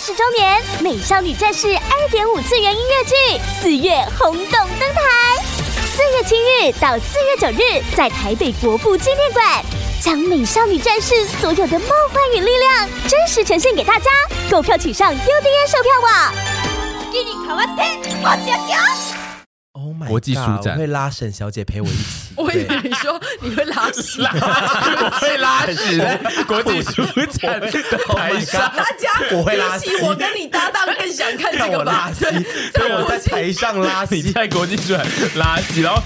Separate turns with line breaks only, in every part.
十周年《美少女战士》二点五次元音乐剧四月轰动登台，四月七日到四月九日在台北国父纪念馆，将《美少女战士》所有的梦幻与力量真实呈现给大家。购票请上 UDN 售票网。
Oh my！
国际书
God，
展
我会拉沈小姐陪我一起。
我以
对
为你说你会拉 屎，
我会拉屎， 国际书展台上，
大家
Oh 我会拉屎
比起我跟你搭档更想看
让
这
我
个
拉
吧？
稀，让我在台上拉
你
稀。
在国际书展拉屎，然后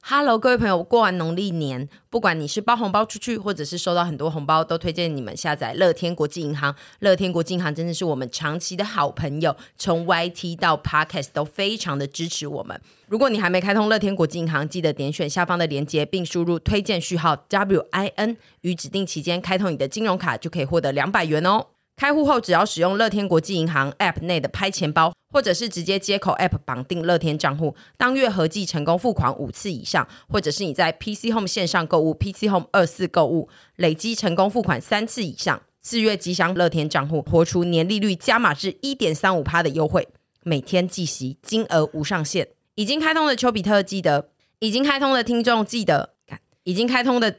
Hello，各位朋友，过完农历年，不管你是包红包出去，或者是收到很多红包，都推荐你们下载乐天国际银行。乐天国际银行真的是我们长期的好朋友，从 YT 到 Podcast 都非常的支持我们。如果你还没开通乐天国际银行，记得点选下方的链接，并输入推荐序号 WIN，于指定期间开通你的金融卡，就可以获得两百元哦。开户后，只要使用乐天国际银行 App 内的拍钱包，或者是直接接口 App 绑定乐天账户，当月合计成功付款五次以上，或者是你在 PC Home 线上购物、PC Home 二四购物，累积成功付款三次以上，四月吉祥乐天账户活出年利率加码至一点三五趴的优惠，每天计息，金额无上限。已经开通的丘比特记得，已经开通的听众记得，干已经开通的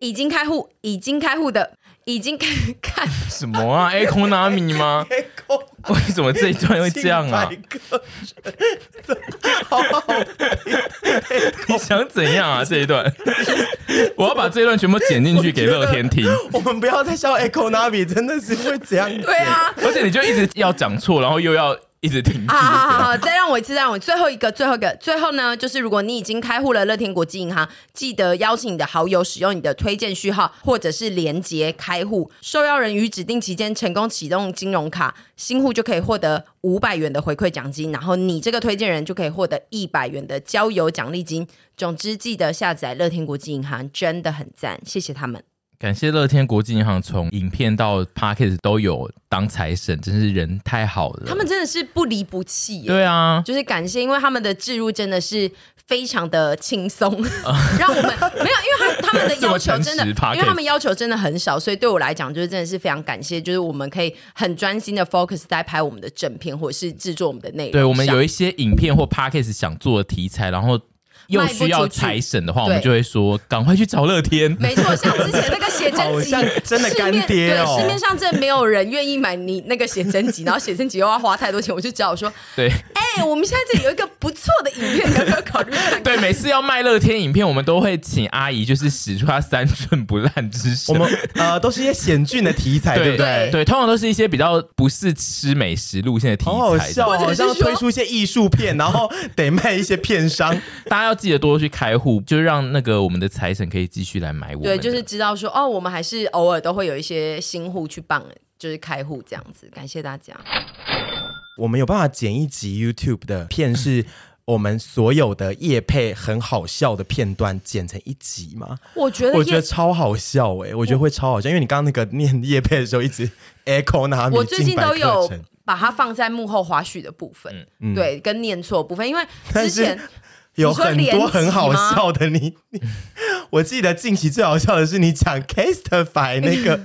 已经开户，已经开户的，已经开 看
什么啊？A 空 n a m i 吗？为什么这一段会这样啊？你想怎样啊？这一段，我要把这一段全部剪进去给乐天听，
我们不要再笑 Echo Navi，真的是会这样。
对啊。
而且你就一直要讲错，然后又要一直停
好好好
止。
好，再让我一次，再让我一次最后一个，最后一个，最后呢，就是如果你已经开户了乐天国际银行，记得邀请你的好友使用你的推荐序号或者是连接开户，受邀人于指定期间成功启动金融卡，新户就可以获得五百元的回馈奖金，然后你这个推荐人就可以获得一百元的交友奖励金。总之，记得下载乐天国际银行，真的很赞，谢谢他们。
感谢乐天国际银行，从影片到 p a c k e t 都有当财神，真是人太好了。
他们真的是不离不弃耶。
对啊，
就是感谢，因为他们的置入真的是非常的 轻松，让我们没有，因为他他们的要求真的，
这么诚实，podcast
因为他们要求真的很少，所以对我来讲就是真的是非常感谢，就是我们可以很专心的 focus 在拍我们的正片或者是制作我们的内容上。
对我们有一些影片或 p a c k e t 想做的题材，然后又需要财神的话，
卖
我
不出去
们就会说赶快去找乐天。
没错，像之前那个写真
好
集
像，真的
市面
干爹哦
对，市面上真的没有人愿意买你那个写真集，然后写真集又要花太多钱，我就只好说，
对
哎、我们现在这里有一个不错的影片，你要不要考虑看看？
对，每次要卖乐天影片，我们都会请阿姨，就是使出她三寸不烂之舌。
我们呃都是一些险峻的题材，对
对
不对？
对，通常都是一些比较不是吃美食路线的题材。
好好笑哦，
或
好
者是
像
说
推出一些艺术片，然后得卖一些片 商。
大家要记得多去开户，就让那个我们的财神可以继续来买我们的。
对，就是知道说哦，我们还是偶尔都会有一些新户去帮，就是开户这样子。感谢大家，
我们有办法剪一集 YouTube 的片，是我们所有的夜配很好笑的片段剪成一集吗？
我觉得
我觉
叶
得，超好笑哎、我觉得会超好笑，因为你刚刚那个念夜配的时候一 直 echo 拿米
我最近
进百
都
课
有
程嗯
把它放在幕后花絮的部分，对，跟念错的部分，因为
但
之
是
前
有
你说
很
连
多
集
很好
吗
笑的你。 你我记得近期最好笑的是你讲 Castify 那 个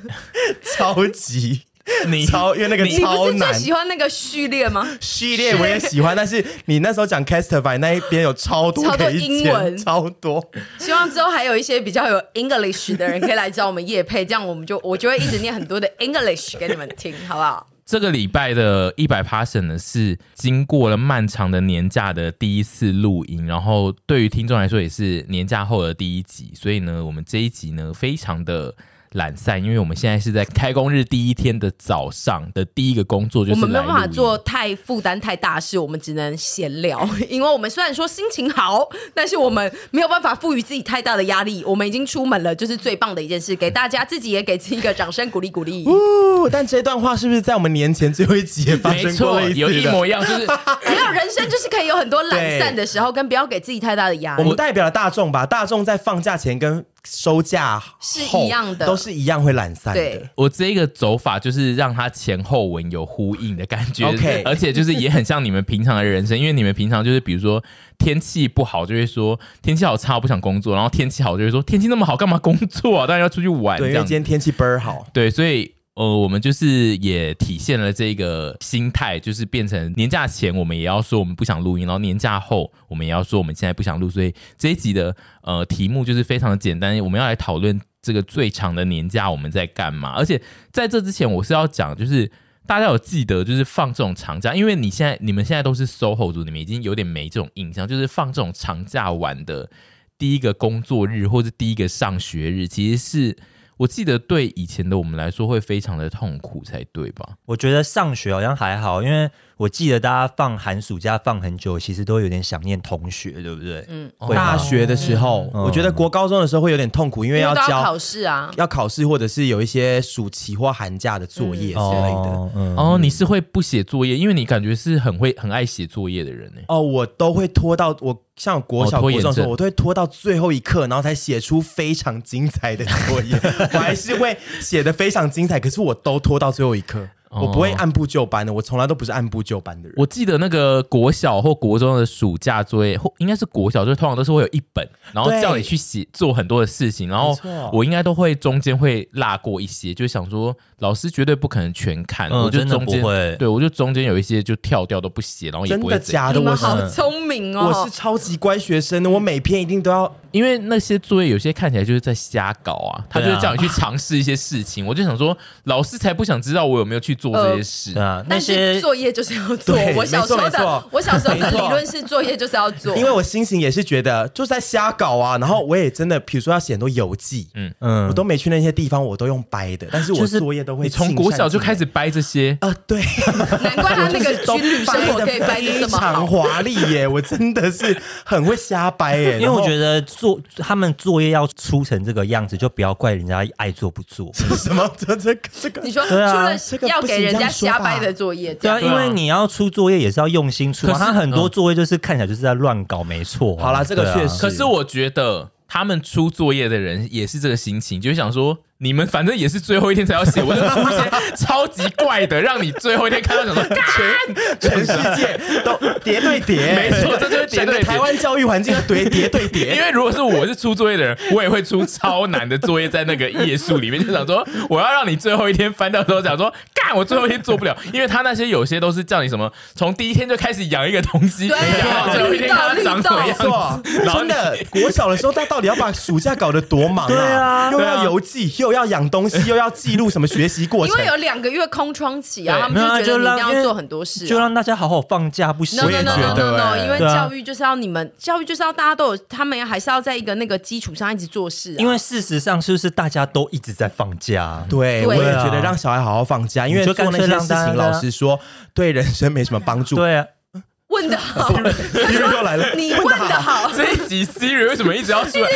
超级
你
超，因为那个
你不
超
是最
难
喜欢那个序列吗？
序列我也喜欢，但是你那时候讲 Castify 那一边有超多
超多
可以
英
剪
文
超多。
希望之后还有一些比较有 English 的人可以来找我们叶配，这样我们就我就会一直念很多的 English 给你们听，好不好？
这个礼拜的一百 passion 呢，是经过了漫长的年假的第一次录音，然后对于听众来说也是年假后的第一集，所以呢，我们这一集呢非常的懒散，因为我们现在是在开工日第一天的早上的第一个工作就
我
是
们没
来
有办法
录音
做太负担太大事，我们只能闲聊， 因为我们虽然说心情好，但是我们没有办法赋予自己太大的压力。我们已经出门了，就是最棒的一件事，给大家自己也给自己一个掌声鼓励 鼓励。
哦，但这段话是不是在我们年前最后一集也发
没
生过
错，
类似的？
有一模一样，就是
没有人生就是可以有很多懒散的时候，跟不要给自己太大的压
我们
力。
代表了大众吧，大众在放假前跟收价
是
后
一样的
都是一样会懒散
对
的。
我这个走法就是让它前后文有呼应的感觉
OK
而且就是也很像你们平常的人生，因为你们平常就是比如说天气不好就会说天气好差我不想工作，然后天气好就会说天气那么好干嘛工作啊，当然要出去玩
对，
这
因为
样
今
子。
天天气倍儿好，
对，所以呃，我们就是也体现了这个心态，就是变成年假前我们也要说我们不想录音，然后年假后我们也要说我们现在不想录，所以这一集的呃题目就是非常的简单，我们要来讨论这个最长的年假我们在干嘛，而且在这之前我是要讲就是。大家有记得就是放这种长假，因为你现在你们现在都是 SOHO 族，你们已经有点没这种印象，就是放这种长假玩的第一个工作日或是第一个上学日，其实是我记得对以前的我们来说会非常的痛苦才对吧？
我觉得上学好像还好，因为我记得大家放寒暑假放很久，其实都有点想念同学，对不对？嗯，
哦
会吗
大学的时候，
嗯
我觉得国高中的时候会有点痛苦，因为
因为
要
都要
交
考试啊。
要考试，或者是有一些暑期或寒假的作业之类的。
哦，嗯，
哦，你是会不写作业，因为你感觉是很会很爱写作业的人呢、欸
哦，我都会拖到我像我国小、
哦拖
国
延
中的时候，
症
我都会拖到最后一刻，然后才写出非常精彩的作 业。我还是会写的非常精彩，可是我都拖到最后一刻，
哦
我不会按部就班的，我从来都不是按部就班的人。
我记得那个国小或国中的暑假作业，或应该是国小，就通常都是会有一本，然后
对
叫你去写做很多的事情，然后
没错
我应该都会中间会落过一些，就想说老师绝对不可能全看，
嗯
我就
真的
中间
不会
对我就中间有一些就跳掉都不写，然后也
真
不会
的
怎
假
样
的？
你
啊我
们
是
好聪明哦！
我是超级乖学生的，我每篇一定都要
因为那些作业有些看起来就是在瞎搞啊，他就
对啊
是叫你去尝试一些事 情，我就想说，老师才不想知道我有没有去做这些事。
呃
对啊，那
但是
些
作业就是要做
对。
我小时候
没错没
的
错，
我小时候的
没
理
错
论是作业就是要做，
因为我心情也是觉得就是在瞎搞啊，然后我也真的，比如说要写很多游记，嗯嗯，我都没去那些地方，我都用掰的，但是我
就是
作业都会
你从
尽
国
善
小就
尽
开
美
始掰这些，
啊、对，
难怪 他那个
都
军旅生活可以
掰得
掰的
非
这么
常
好。
华丽 耶，我真的是很会瞎掰耶，
因为我觉
得。
得作他们作业要出成这个样子，就不要怪人家爱做不做。
什么？这这个这个
你说除
对啊
了
这个不行
要给人
这
家
样说吧
瞎掰的作业，这
对
样
啊，因为你要出作业也是要用心出、
可
啊，
是
他很
嗯
多作业就是看起来就是在乱搞，没错啊、
好啦这个
对啊
确实
可是我觉得他们出作业的人也是这个心情，就是想说。你们反正也是最后一天才要写，我就出一些 超级怪的，让你最后一天看到想说，干
全世界都叠对叠，
没错这就是叠
整
对叠
个台湾教育环境都叠叠对 叠，
因为如果是我是出作业的人，我也会出超难的作业在那个页数里面，就想说我要让你最后一天翻到的时候讲说，干我最后一天做不了，因为他那些有些都是叫你什么从第一天就开始养一个东西，
对
养到最后一天看它长什么样
没 错，
子，然后
真
你
的，国小的时候，他到底要把暑假搞得多 忙啊？
对啊
又
对啊
要游记，又要养东 西，又要记录什么学习过
因
程
为。有两个月空窗期啊，
对
他
没有啊
们就觉
就
得你一
让
定
因
要
为
做很多事啊。
就让大家好好放假不行
no
吗？
我
no
也
no no
觉得
no no，
欸
因为
对啊
教育就是要你们，教育就是要大家都有，他们还是要在一个那个基础上一直做事啊。
因为事实上是不是大家都一直在放假？
对，
对
我也
啊
觉得让小孩好好放假，因为
你就
做那
干脆
些
让
事
大
情，
家
老实说，对人生没什么 帮助。
对啊，
问的好，
，Siri 又来了，
你问的好，
这一集 Siri 为什么一直要出来？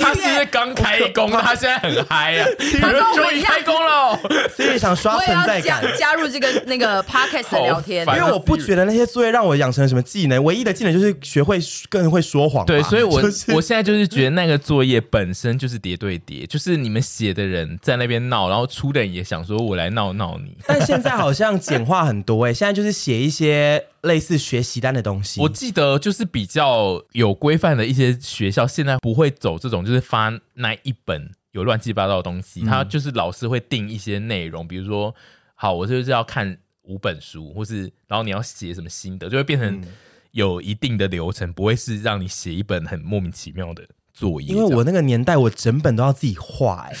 他是不是刚开工？他现在很嗨啊！
跟我
终
们一
于
样
开工了，
，Siri 想刷
我也
存
要
在
加
感。
加入这个那个 podcast 的聊天
好，烦
因为我不觉得那些作业让我养成什么技能，唯一的技能就是学会更会说谎吧。
对，所以我、
就是
我现在就是觉得那个作业本身就是叠对叠，就是你们写的人在那边闹，然后出的人也想说我来闹闹你。
但现在好像简化很多哎，现在就是写一些类似学习单的东西。
我记得就是比较有规范的一些学校，现在不会走这种，就是发那一本有乱七八糟的东
嗯
西，他就是老师会定一些内容，比如说，好，我就是要看五本书，或是然后你要写什么心得，就会变
嗯
成有一定的流程，不会是让你写一本很莫名其妙的作业这
因
样。
为我那个年代，我整本都要自己画、哎，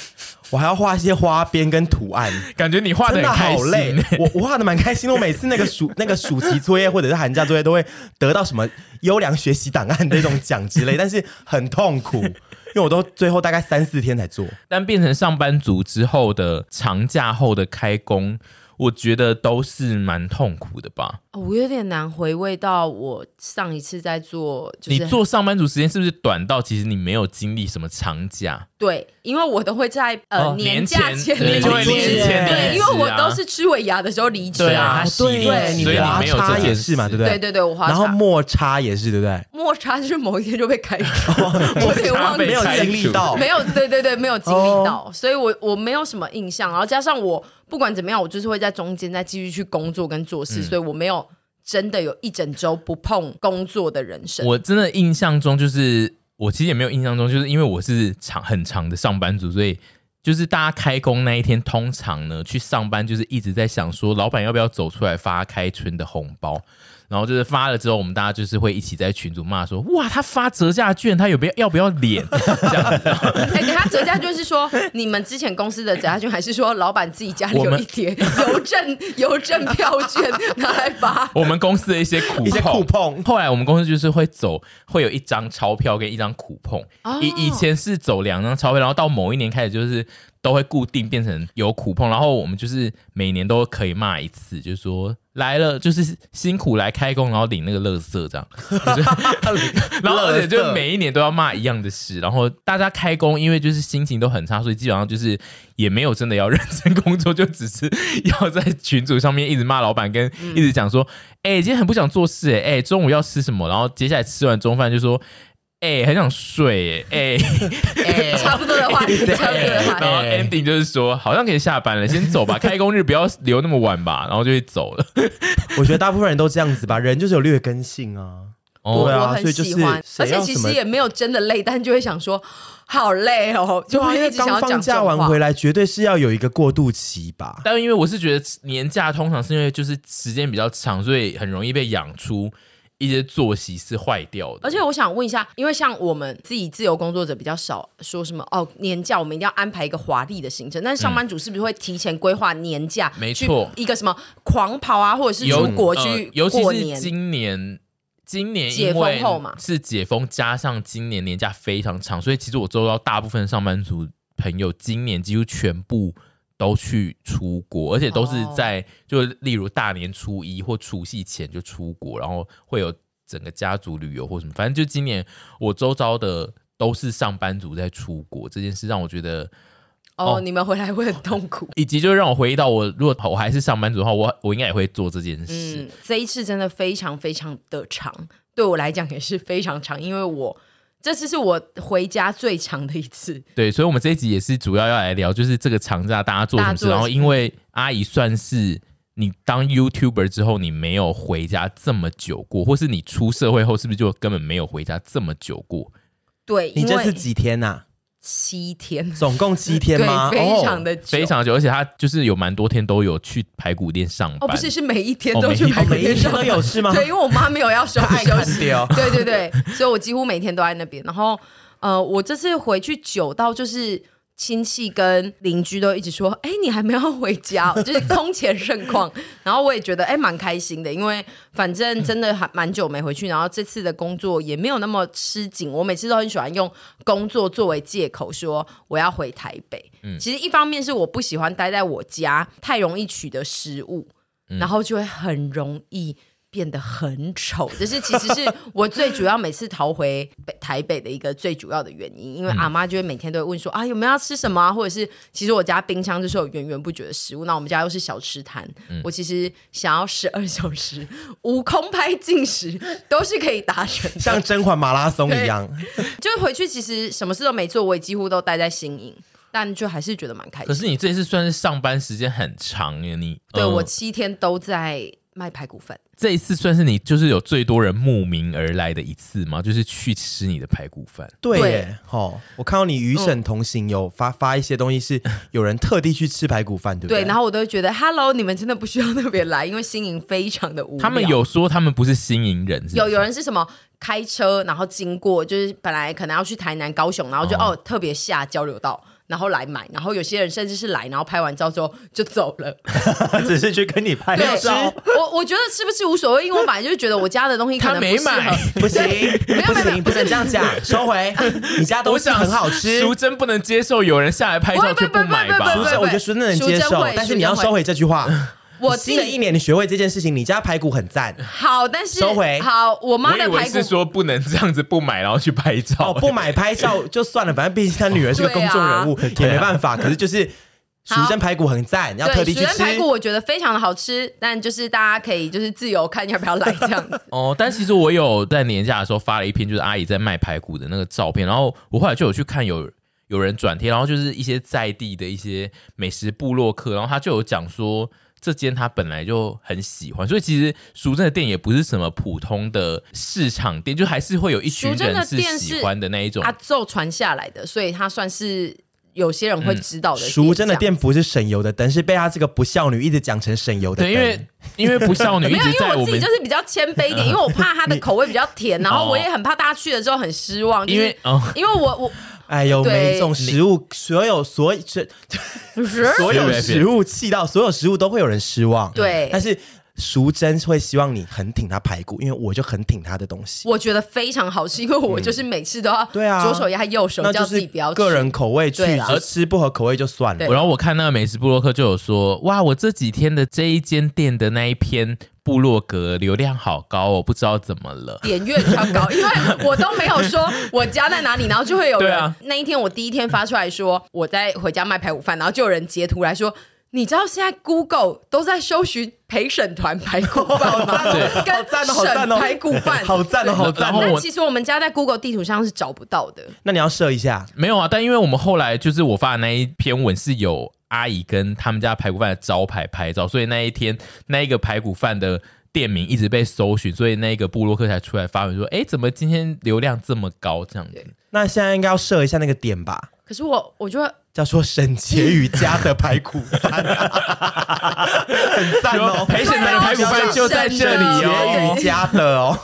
我还要画一些花边跟图案，
感觉你画得
真
很
的
开
好
心
累
欸。
我我画的蛮开心的，我每次那个暑那个暑期作业或者是寒假作业都会得到什么优良学习档案那种奖之类，但是很痛苦，因为我都最后大概三四天才做。
但变成上班族之后的长假后的开工，我觉得都是蛮痛苦的吧。
哦我有点难回味到我上一次在做，就
你
是
做上班族时间是不是短到其实你没有经历什么长假？
对，因为我都会在呃、
哦
年假
年
前
前对
离
就会
职
年前
对，
离
因为
职
我
啊
都是吃尾牙的时候离职
对啊
啊
他，习惯
对
你
所以你
滑
没有这
叉
件
也是嘛，对
事
不
对
对？
对对，我花
然后
茶
抹叉也是，对不对？
抹茶就是某一天就被开除，我有点忘记
没有
拆
经历
除
到，
没有，对对对，没有经历到，所以我我没有什么印象。然后加上我不管怎么样，我就是会在中间再继续去工作跟做事，所以我没有真的有一整周不碰工作的人生。
我真的印象中就是，我其实也没有印象中，就是因为我是长很长的上班族，所以就是大家开工那一天，通常呢去上班就是一直在想说，老板要不要走出来发开春的红包。然后就是发了之后，我们大家就是会一起在群组骂说：“哇，他发折价券，他有不要要不要脸？” 这样子，
哎、给他折价券是说你们之前公司的折价券，还是说老板自己家里
我
有
们
一叠邮政邮政票券拿来发？
我们公司的一些苦
一些酷碰
后来我们公司就是会走，会有一张钞票跟一张苦碰。
哦
以、以前是走两张钞票，然后到某一年开始就是都会固定变成有苦碰，然后我们就是每年都可以骂一次，就是说来了就是辛苦来开工，然后领那个乐色这样。 然后而且就每一年都要骂一样的事，然后大家开工，因为就是心情都很差，所以基本上就是也没有真的要认真工作，就只是要在群组上面一直骂老板， 跟
嗯
一直讲说，哎、今天很不想做事、哎、哎，中午要吃什么？然后接下来吃完中饭就说。哎、很想睡、 哎、
哎、差不多的话，差不多
哎、
的话，
然后 ending 就是说，好像可以下班了，先走吧，开工日不要留那么晚吧，然后就会走了。
我觉得大部分人都这样子吧，人就是有劣根性啊。
哦
我
对啊
我很
所以就
喜
是
欢，而
谁
且
要
其
什么
实也没有真的累，但就会想说好累哦，就
啊因
会一
为
直想
刚
要
放
讲这
假
种
完
话
回。来，绝对是要有一个过渡期吧。
但因为我是觉得年假通常是因为就是时间比较长，所以很容易被养出一些作息是坏掉的。
而且我想问一下，因为像我们自己自由工作者比较少说什么哦，年假我们一定要安排一个华丽的行程，但是
嗯
上班族是不是会提前规划年假？
没错
去一个什么狂跑啊，或者是
尤
出国
呃
去
尤
过
其是
年，
今年。今年
解
因为
封后嘛
是解封，加上今年年假非常长，所以其实我周遭大部分上班族朋友今年几乎全部都去出国，而且都是
哦
在、就例如大年初一或除夕前就出国，然后会有整个家族旅游或什么，反正就今年我周遭的都是上班族在出国这件事，让我觉得
哦，
哦
你们回来会很痛 苦。
以及就让我回忆到我，如果我还是上班族的话，我我应该也会做这件事。
嗯，这一次真的非常非常的长，对我来讲也是非常长，因为我这次是我回家最长的一次，
对，所以，我们这一集也是主要要来聊，就是这个长假大家做什么
大家做
事。
了
然后，
什
因为阿姨算是你当 YouTuber 之后，你没有回家这么久过，或是你出社会后，是不是就根本没有回家这么久过？
对，
你
因
这是
为
几天呐？
七天，
总共七天
对
吗？，
非常
哦。
的久，
非常久，而且她就是有蛮多天都有去排骨店上班。
哦，不是，是每一天
哦
都去
每一
排骨
每一
店
天
上
都
班，
有事吗？啊
对，因为我妈没有要休
太
休
看
息，
掉
对啊对对，所以我几乎每天都在那边。然后呃，我这次回去久到就是。亲戚跟邻居都一直说：“哎、你还没有回家哦、就是空前盛况。”然后我也觉得哎，蛮、开心的，因为反正真的还蛮久没回去，然后这次的工作也没有那么吃紧。我每次都很喜欢用工作作为借口，说我要回台北。
嗯
其实一方面是我不喜欢待在我家，太容易取得食物，
嗯
然后就会很容易变得很丑，这是其实是我最主要每次逃回北台北的一个最主要的原因，
嗯
因为阿妈就会每天都会问说啊有没有要吃什么、啊，或者是其实我家冰箱就是有源源不绝的食物，那我们家又是小吃摊，
嗯
我其实想要十二小时无空拍进食都是可以达成的，
像甄嬛马拉松一样，
就是回去其实什么事都没做，我也几乎都待在新营，但就还是觉得蛮开
可
心。
是你这次算是上班时间很长耶，你
对、
呃
我七天都在卖排骨饭。
这一次算是你就是有最多人慕名而来的一次吗？就是去吃你的排骨饭。
对
对嗯
耶，吼！我看到你与沈同行有发发一些东西，是有人特地去吃排骨饭，对不
对，然
后
后我都会觉得，Hello，你们真的不需要特别来，因为新营非常的无聊。
他们有说他们不是新营人是不是
有有人是什么开车，然后经过，就是本来可能要去台南、高雄，然后就哦特别下交流道，然后来买，然后有些人甚至是来，然后拍完照之后就走了。
只是去跟你拍
对，
照。
我我觉得吃不吃无所谓，因为我本来就是觉得我家的东西可
他
能
没
不适合
买
不行，不
没有没
行，
有
不能这样讲，收回。你家东
我
西
想
很好吃，
淑珍不能接受有人下来拍照
不会
却买
不会不
吧
会不
不
会？
是，我觉得淑珍能
淑珍
接受
会，
但是你要
淑珍会
收回这句话。
我自
新的
己
一年你学会这件事情，你家排骨很赞
好，但是
收回
好，我妈
我
的
以为
排骨
是说不能这样子不买，然后去拍照。
哦，不买拍 照就算了，反正毕竟他女儿是个公众人
哦
物，也没办法。可是就是蜀
好
山排骨很赞，要
啊对，
特地去
水
吃
蒸。排骨我觉得非常的好吃，但就是大家可以就是自由看要不要来这 样子。
哦，但其实我有在年假的时候发了一篇，就是阿姨在卖排骨的那个照片，然后我后来就有去看有有人转贴，然后就是一些在地的一些美食部落客，然后他就有讲说这间他本来就很喜欢，所以其实淑珍的店也不是什么普通的市场店，就还是会有一群
淑珍
人
的
是
店
喜
是
欢的那一种
阿。宙传下来的，所以它算是有些人会知道的。
淑嗯珍的
这样
店不是省油的灯，是被她这个不孝女一直讲成省油的灯。
对，因为因为不孝女一
没有，
直
因
在
为
我
我自己
们
就是比较谦卑 一点，因为我怕它的口味比较甜，然后
哦
我也很怕大家去了之后很失望，就是
因为哦
因为我我
哎呦，
对
每一种食物，所有所所所有食物气到所有食物都会有人失望。
对
但是淑珍会希望你很挺她排骨，因为我就很挺她的东西。
我觉得非常好吃，因为我就是每次都要
嗯对啊
左手压右手，
那
叫
就
自
是
己不要吃
个。人口味去
对啦，
而吃不合口味就算了
对。
然后我看那个美食部落客就有说，哇，我这几天的这一间店的那一篇部落格流量好高哦，不知道怎么了。
点阅比较高，因为我都没有说我家在哪里，然后就会有人。
对啊
那一天我第一天发出来说我在回家卖排骨饭，然后就有人截图来说。你知道现在 Google 都在搜寻陪审团排骨饭吗？
对好赞哦好
跟
赞哦
审排骨饭，
好赞哦好赞
哦
对
我
但其实我们家在 Google 地图上是找不到的。
那你要设一下，
没有啊，但因为我们后来就是我发的那一篇文是有阿姨跟他们家排骨饭的招牌拍照，所以那一天那一个排骨饭的店名一直被搜寻，所以那个部落客才出来发文说，哎，怎么今天流量这么高这样子？
那现在应该要设一下那个点吧。
可是我，我就会
叫做沈婕妤家的排骨饭，啊 很赞哦！
陪审团的排骨饭就在这里
婕
哦
妤。家的哦，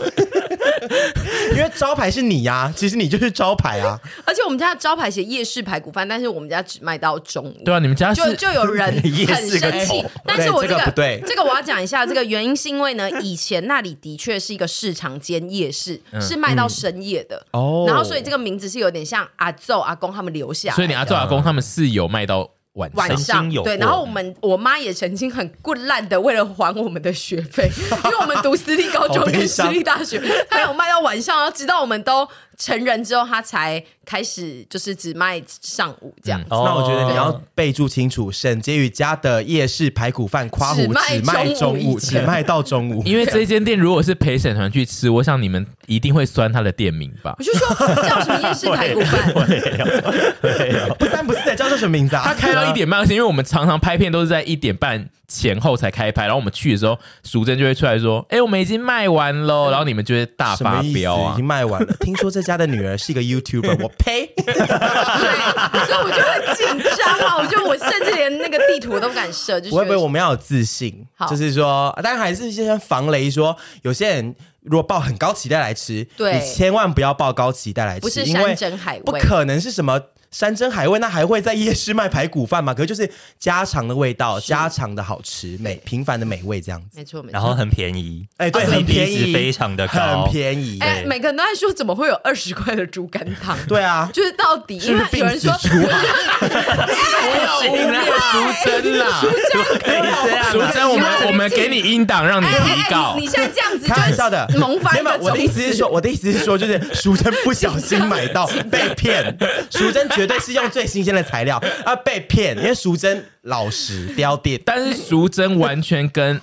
因为招牌是你呀、其实你就是招牌啊，
而且我们家的招牌写夜市排骨饭，但是我们家只卖到中午。
对啊，你们家是
就就有人
夜
很
市个
生
头
气，但是我
对这个不对
这个我要讲一下，这个原因是因为呢，以前那里的确是一个市场兼夜市，是卖
嗯
到深夜的
嗯哦
然后所以这个名字是有点像阿昼阿公他们留下来的，
所以你阿周阿公他们是有卖到晚上
晚上
曾经有
对，
过
然后我们我妈也曾经很棍烂的，为了还我们的学费， 因为我们读私立高中
好悲
跟私
伤
立大学，她有卖到晚上，然后直到我们都成人之后，她才开始就是只卖上午这样。
嗯
那我觉得你要
哦
备注清楚，沈婕妤家的夜市排骨饭夸
只
虎
卖
只卖
中午
中午，
以
只
前
卖到中 午，
因为这间店如果是陪审团去吃，我想你们一定会酸他的店名吧
我？就说叫什么夜市排骨饭，
不三不四的叫做什么名字啊？
他开到一点半，而且因为我们常常拍片都是在一点半前后才开拍，然后我们去的时候，淑珍就会出来说：“哎、我们已经卖完喽。”然后你们就会大
什
发
么意思？
飙
已
啊
经！卖完了。听说这家的女儿是一个 YouTuber，我呸！
对，所以我就很紧张啊！我就我甚至连那个地图我都不敢设，就是
我会不会我们要有自信
好？
就是说，当然还是先防雷说，有些人如果抱很高期待来吃，
对
你千万不要抱高期待来吃，
不是
因为
山珍海味
不可能是什么。山珍海味，那还会在夜市卖排骨饭吗？可是就是家常的味道，家常的好吃，美平凡的美味这样子。
没错没
然
错。
后很便宜，
哎对
它的
很便
CP
宜
值非常的高，
很便宜。
哎，每个人都在说怎么会有二十块的猪肝汤？
对啊，
就是到底，因为有人说
是 不是病死猪啊
不行啦，淑珍啦，
啊
淑珍，我们我们给你音档让你
哎哎
提
哎
告
你。你现在这样子
开玩笑的，
就是萌发
没有
一
没
个
有我的意思是说，我的意思是说，就是淑珍不小 心买到被骗，淑珍绝对是用最新鲜的材料啊被骗，因为淑珍老实刁定，
但是淑珍完全跟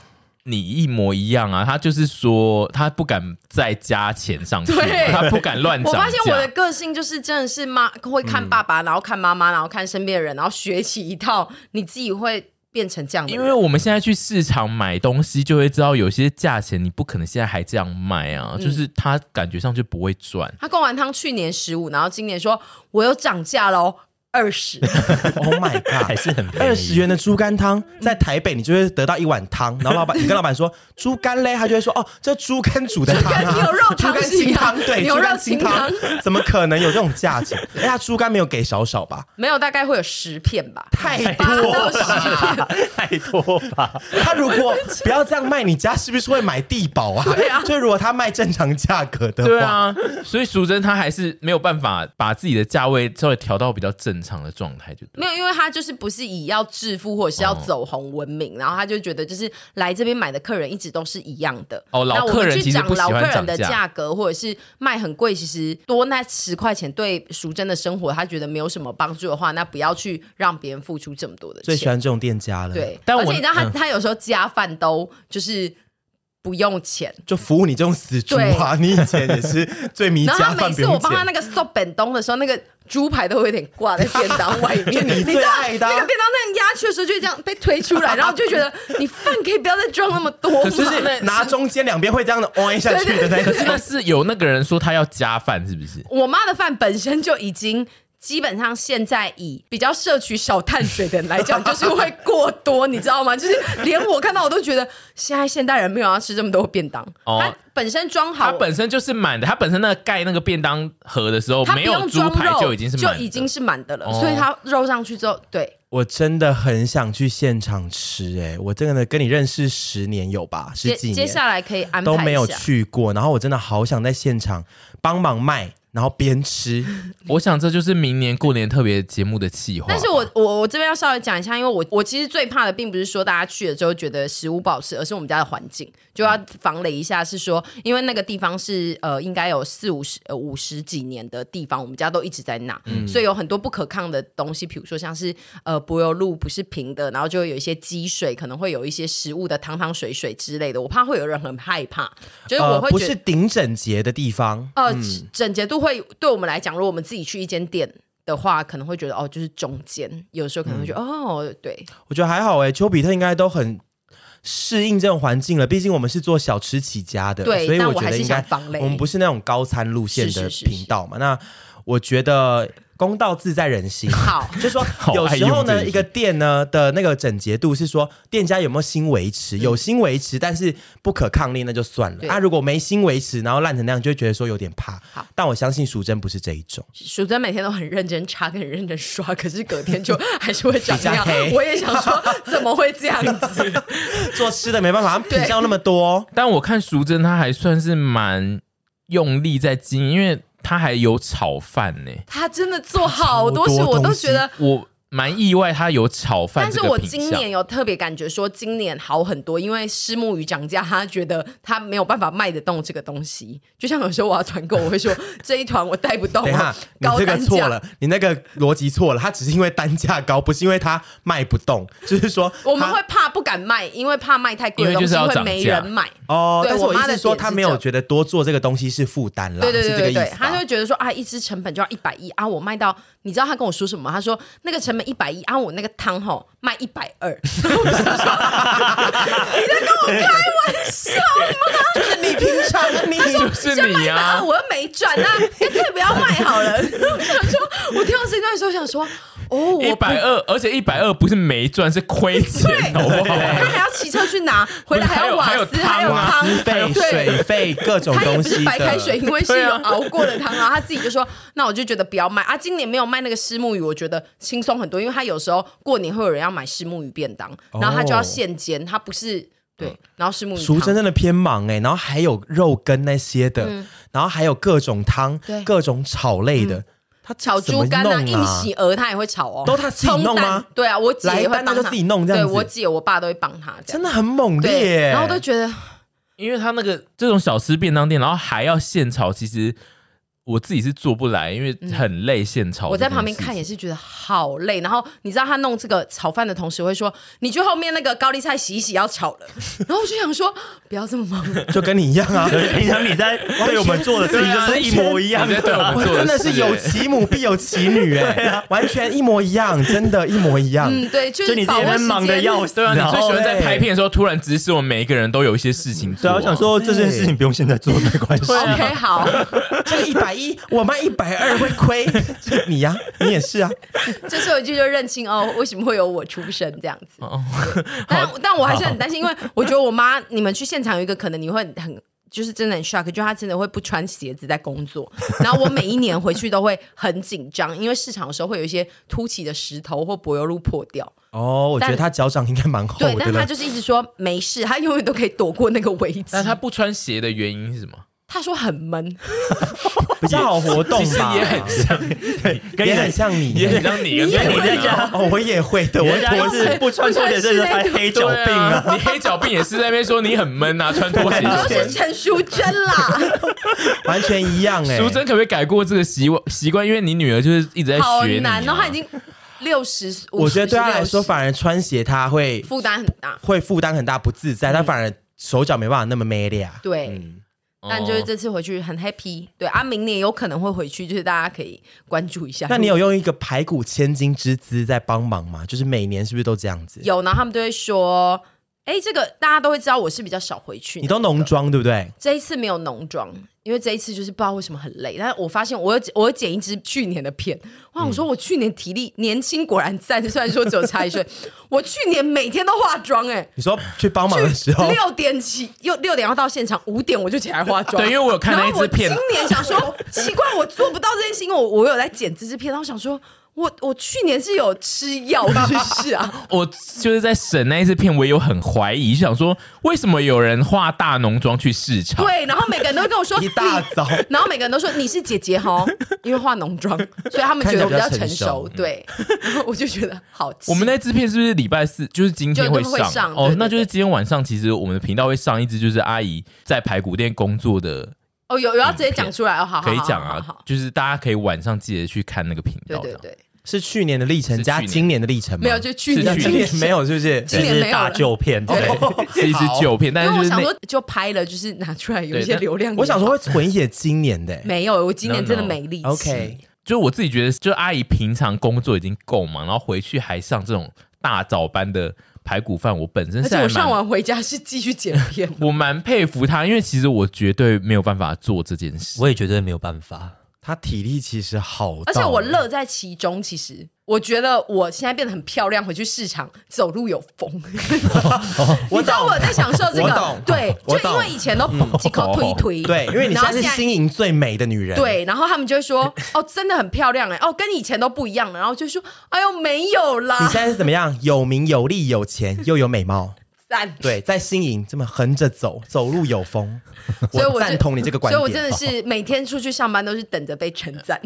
你一模一样啊，她就是说她不敢再加钱上去，
对
她不敢乱
我
涨价。
发现我的个性就是真的是妈会看爸爸，然后看妈妈，然后看身边的人，然后学起一套，你自己会变成这样的
因
人。
为我们现在去市场买东西，就会知道有些价钱你不可能现在还这样卖啊，
嗯
就是它感觉上就不会赚。
他贡丸汤去年十五，然后今年说我有涨价喽，二十。
Oh my
还
god！
是很便宜。
二十元的猪肝汤，在台北你就会得到一碗汤，然后老板你跟老板说猪肝嘞，他就会说哦，这猪肝煮的汤啊，
猪肝牛肉汤
猪肝清汤，
是一样
对，
牛肉
猪肝清汤
清，
怎么可能有这种价钱？哎，他猪肝没有给少少吧？
没有，大概会有十片吧，
太多
八到
了
十片。
太多吧？
他如果不要这样卖，你家是不是会买地保啊？
对啊
就如果他卖正常价格的话，
对啊，所以淑珍她还是没有办法把自己的价位稍微调到比较正常的状态，就对
没有，因为他就是不是以要致富或者是
哦
要走红闻名，然后他就觉得就是来这边买的客人一直都是一样的。
哦老
那我
客
们
人
去
其实
讲
不喜
老
欢
客
涨
人的
价
价格，或者是卖很贵，其实多那十块钱对淑珍的生活，他觉得没有什么帮助的话，那不要去让别人付出这么多的
最喜
钱。
欢这种店家了。，嗯
对，
嗯但
而
我
且你知道他、他有时候加饭都就是不用钱。
就服务你这种死猪啊！你以前也是最迷
然后
家
他
饭，
每
不
次我
用
帮他
钱
那。个送本东的时候，那个猪排都会有点挂在便当外 面。
就你
知
最
道
爱 的啊
那个便当那样压去的时候，就会这样被推出 来，然后就觉得你饭可以不要再装那么多嘛。
可是是拿中间两边会这样的弯下去的那
可是
种，
那是有那个人说他要加饭，是不是？
我妈的饭本身就已经。基本上现在以比较摄取少碳水的人来讲，就是会过多，你知 道吗？就是连我看到我都觉得，现在现代人没有要吃这么多便当。
哦
他本身装
它
好，
本身就是满的，它本身那个盖那个便当盒的时候
他不
没有
用
猪
装
排
肉
就已经是满的，
就已经是满的了，
哦
所以它肉上去之后，对，
我真的很想去现场吃哎、我真的跟你认识十年有吧，十
接
几
接
年
下来可以安排
都
一下
没有去过，然后我真的好想在现场帮忙卖，然后边吃。
我想这就是明年过年特别节目的企划。
但是我我我这边要稍微讲一下，因为我我其实最怕的并不是说大家去了之后觉得食物不好吃，而是我们家的环境就要防雷一下，是说因为那个地方是呃应该有四五十呃五十几年的地方，我们家都一直在那，
嗯
所以有很多不可抗的东西，比如说像是呃柏油路不是平的，然后就会有一些积水，可能会有一些食物的汤汤水水之类的，我怕会有人很害怕，就是我
呃，
会
不
觉得
是顶整洁的地方，
呃，整洁度会对我们来讲，如果我们自己去一间店的话，可能会觉得哦，就是中间，有时候可能会觉
嗯
得、哦，对，
我觉得还好哎、丘比特应该都很。适应这种环境了，毕竟我们是做小吃起家的，
对
所以
但
我
我
觉
还
得
是
应该
想防雷
我们不是那种高餐路线
是
的
是是是
频道嘛。那我觉得公道自在人 心，
好，
就说
好
有
爱
时
用
候
这
呢，
一
一个
句
店呢的那个整洁度是说店家有没有新维持，有新维持，但是不可抗力那就算了。
嗯对
啊，如果没新维持，然后烂成那样，就会觉得说有点怕
好。
但我相信淑珍不是这一种，
淑珍每天都很认真擦跟很认真刷，可是隔天就还是会长
比较
那样
黑。
我也想说，怎么会这样子？
做吃的没办法，
对
品相那么多，
但我看淑珍她还算是蛮用力在经营，因为她还有炒饭呢、
他真的做好多事，
超多
我都
东西
觉得。
我蛮意外她有炒饭
但
这
是
个
我
品项。
今年有特别感觉说，今年好很多，因为虱目鱼涨价，他觉得他没有办法卖得动这个东西。就像有时候我要团购，我会说这一团我带不动
等一
啊
下，，你
高
这个
单
错
价。
了，你那个逻辑错了，它只是因为单价高，不是因为它卖不动，就是说
我们
它
会怕不敢卖，因为怕卖太贵的
因为
东
就是
西
要
会
涨
没
价
人买。
哦，
对
但是我
我
意
妈
思
的
是说，
点
他
是
没
这
有
样
觉得多做这个东西是负担啦，
对对
是
对
这个
对
意
对
思，
他
吧
就会觉得说啊，一只成本就要一百一啊，我卖到，你知道他跟我说什么？他说那个成本一百一啊，我那个汤吼卖一百二，
就是你平常你
就是你
啊，
啊，
我又没赚，那 干脆不要卖好了。我想说，我听到这段的时候想说，哦，
一
我不
百二，而且一百二不是没赚，是亏 钱，好不好？
他还要骑车去拿，回来要瓦斯，还
还有还有汤 啊
汤，
资费、水费各种
他也
东
不
西
是
的，
白开水，因为是
对
有
啊
熬过的汤啊。他自己就说，那我就觉得不要卖啊。今年没有卖那个虱目鱼，我觉得轻松很多，因为他有时候过年会有人要买虱目鱼便当，然后他
哦
就要现煎，他不是对，然后虱目鱼
淑
汤嗯
珍真的偏忙哎、然后还有肉羹那些的，然后还有各种汤
对、嗯
各种炒类的，他
炒
怎么
猪肝啊、
弄
硬洗鹅，他也会炒哦，
都他自己弄
葱蛋
吗
对啊，我姐也会
来单他
帮
就
他
自己弄这样子
对我姐、我爸都会帮他，这
真
样
的很猛烈耶、
对，然后我都觉得
因为他那个这种小吃便当店，然后还要现炒，其实我自己是做不来，因为很累现炒。
我在旁边看也
也，
是觉得好累，然后你知道他弄这个炒饭的同时会说，你去后面那个高丽菜洗一洗要炒了，然后我就想说不要这么忙，
就跟你一样 啊。
平常你 在对我啊们做的事情就是一模一样
你在对我
的。
们
我
做
真的
事
是 有其母必有其女哎、完全一模一样，真的，一模一样。
啊嗯，对，就
就是你自
把
己
握
在忙的
时间
要死，
对啊，你最喜欢在
嘞
拍片的时候突然指使我们每一个人都有一些事情
对
做、
啊，我想，说这件事情不用现在做没关系。
啊
OK，好，
这个一百一，我卖一百二会亏， 你呀、你也是啊。
这时候就就认清哦，为什么会有我出生这样子。
哦
但但我还是很担心，因为我觉得我妈，你们去现场有一个可能你会很。就是真的很 shock，就她真的会不穿鞋子在工作，然后我每一年回去都会很紧张，因为市场的时候会有一些凸起的石头或柏油路破掉，
哦，我觉得
但
他脚掌应该蛮厚
哦
对，但
的
他
了。
就是一直说没事，他永远都可以躲过那个危机
但。他不穿鞋的原因是什么？
他说很闷，
比较好活动
其实
吧，
也很像，
跟你
也
的
很像你，
也很像你跟
你也
美
会
文啊。
哦，我也会的，我
人
会
家
脱
不是不穿拖鞋，甚至还黑脚
对
病啊。
啊！你黑脚病也是在那边说你很闷啊，穿拖鞋
对
都
什
是
么。
陈淑贞啦，
完全一样哎、
淑珍可不可以改过这个习惯？习惯，因为你女儿就是一直在
好
学你、啊。
难哦，他已经六十，
我觉得对他来说，
50
反而穿鞋他会
负担很大。
会负担很大，不自在，他
嗯
反而手脚没办法那么 m 力啊。
对，但就是这次回去很 happy。对啊，明年有可能会回去，就是大家可以关注一下。
那你有用一个排骨千斤之姿在帮忙吗？就是每年是不是都这样子？
有，然后他们都会说，哎，这个大家都会知道我是比较少回去的。
你都浓妆对不对？
这一次没有浓妆，因为这一次就是不知道为什么很累。但是我发现我有我有剪一支去年的片，哇！我
嗯
说我去年体力年轻果然在，虽然说只有差 一岁，我去年每天都化妆哎、
你说去帮忙的时 候，
六点起，又六点要到现场，五点我就起来化妆。
对因为我有看那一支片
然后我今年想说，奇怪，我做不到这件事，因为我我有在剪这支片，然后想说，我我去年是有吃药，是不 是啊？
我就是在审那一次片，我也有很怀疑，就想说为什么有人化大浓妆去市场？
对，然后每个人都会跟我说，
一大
你
早
然后每个人都说你是姐 姐哈，因为化浓妆，所以他们觉得我比较成
看起来
熟。
比较成熟
对，然后我就觉得好气。
嗯我们那支片是不是礼拜四就是今天
就
会
就会上对
哦
对，
那就是
对
今天晚上，其实我们的频道会上一支就是阿姨在排骨店工作的，
哦有有要直接讲出来哦，好好
可以讲
好好
啊
好，
就是大家可以晚上记得去看那个频
对
道。这
对
样
对，
是去年的历程
是
加
去年
今年的历程吗？
没有就去年
是
今
去
年没，有，是不是？
今
这
年
是
没有了
大旧片，对，
对，是一支旧片，但
因
是就
为我
是
想
那
说就拍了，就是拿出来有一
对
些
但
流量也 好。
我想说会混写今年的、欸。
没有，我今年
No,
真的
no.
没力气。
OK，
就我自己觉得，就阿姨平常工作已经够忙，然后回去还上这种大早班的排骨饭，我本身
而
是
且
还
我
蛮。
上完回家是继续剪 片
我蛮佩服她，因为其实我绝对没有办法做这件 事。
我也觉得没有办法。
他体力其实好，
而且我。乐在其中，其实我觉得我现在变得很漂亮，回去市场走路有 风。你知道我在享受这
我
个
懂，
对，
我
就
懂嗯
因为以前都几口推 推，
对，因为你
然
现
后
在是
在
新颖最美的女人。，
对，然后他们就会 说，哦，真的很漂亮哎，哦，跟以前都不一样了，然后就说，哎呦，没有
你
啦
现，在是怎么 样？有名有利有钱又有美貌，
赞。
对，在新颖这么横着走，走路有风。
所以我
赞
就
同你这个观
所以
点，哦
我真的是每天出去上班都是等着被称 赞。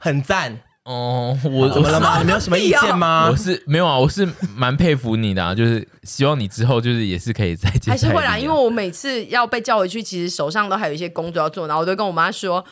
很赞。
哦，我
怎么了
我
吗？你们有什么意
哦
见吗
我？是没有啊，我是蛮佩服你的、啊，就是希望你之后就是也是可以再接
还是会
再
啦，
厉
因为我每次要被叫回去，其实手上都还有一些工作要做，然后我都跟我妈说，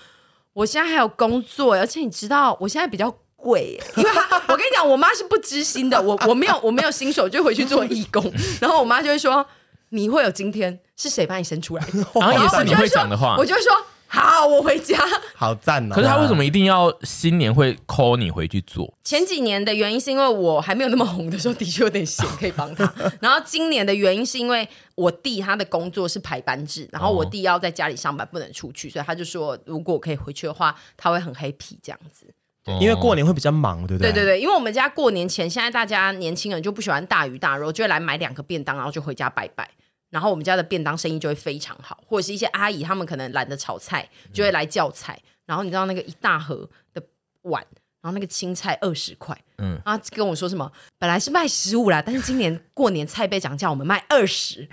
我现在还有工作，而且你知道我现在比较。贵 耶，因为她我跟你讲，我妈是不知心的，我我没有我没有新手就回去做义工，然后我妈就会说你会有今天，是谁把你生出来 的？
然哦后也是
我
你
就
会
会说
讲的话
我。就会说好，我回家。
好赞哦！
可是他为什么一定要新年会 call 你回去做？
前几年的原因是因为我还没有那么红的时候，的确有点闲可以帮他。然后今年的原因是因为我弟他的工作是排班制，然后我弟要在家里上班，不能出去，所以他就说如果可以回去的话，他会很 happy 这样子。
哦
因为过年会比较忙，对不
对
对
对对，因为我们家过年前，现在大家年轻人就不喜欢大鱼大肉，就会来买两个便当，然后就回家拜拜。然后我们家的便当生意就会非常好，或者是一些阿姨她们可能懒得炒菜，就会来叫菜。然后你知道那个一大盒的碗，然后那个青菜二十块，嗯
嗯，
然后她跟我说什么本来是卖十五啦，但是今年过年菜被涨价，我们卖二十。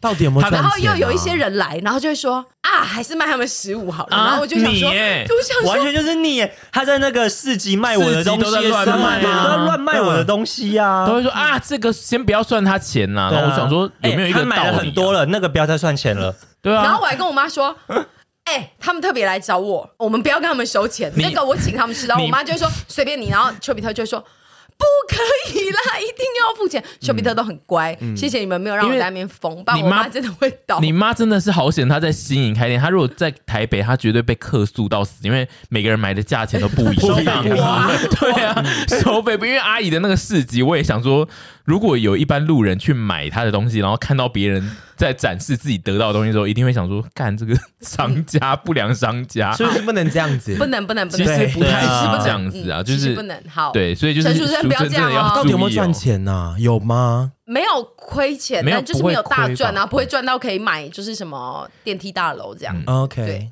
到底有没有赚钱
然
啊？
后又有一些人来，然后就会说啊，还是卖他们十五好了。然后我就想说，
啊你耶
就想说
完全就是你耶，他在那个市集卖我的东西的时候，
市集都在乱卖啊
对都在乱卖我的东西啊
他。会说啊，这个先不要算他钱呐、
对啊
然后我想说，有没有一
哎
个
他买
道
了
理、啊
很多，了，那个不要再算钱了。
对啊。
然后我还跟我妈说。哎、他们特别来找我，我们不要跟他们收钱，
你
那个我请他们吃。然后我
你
妈就会说随便你，然后丘比特就会说不可以啦，一定要付钱。丘比特都很乖，谢谢你们没有让
嗯
我
因为
在那边疯，不然
你
我
妈
妈真的会倒。
你妈真的是好险，她在新营开店。她如果在台北，她绝对被客诉到死，因为每个人买的价钱都不一
不一
样
样。
哇，对啊，收费不一样因为阿姨的那个市集，我也想说，如果有一般路人去买她的东西，然后看到别人在展示自己得到的东西的时候，一定会想说，干这个商家不良商家，
是不是不能这样子？
啊不能不能不
其
能，
实不太
对啊
是
不
这样子啊，
嗯
就
其实
是
不能好。，
对，所以就是
陈淑贞不要
淑贞真的
这样哦
要
到
注
底
意
有没有赚
哦？
钱呐？有吗？
没有亏钱，
没有
但就是没有
不会亏
大
吧嗯
哦
赚啊，不会赚到可以买就是什么电梯大楼这样。
OK，
对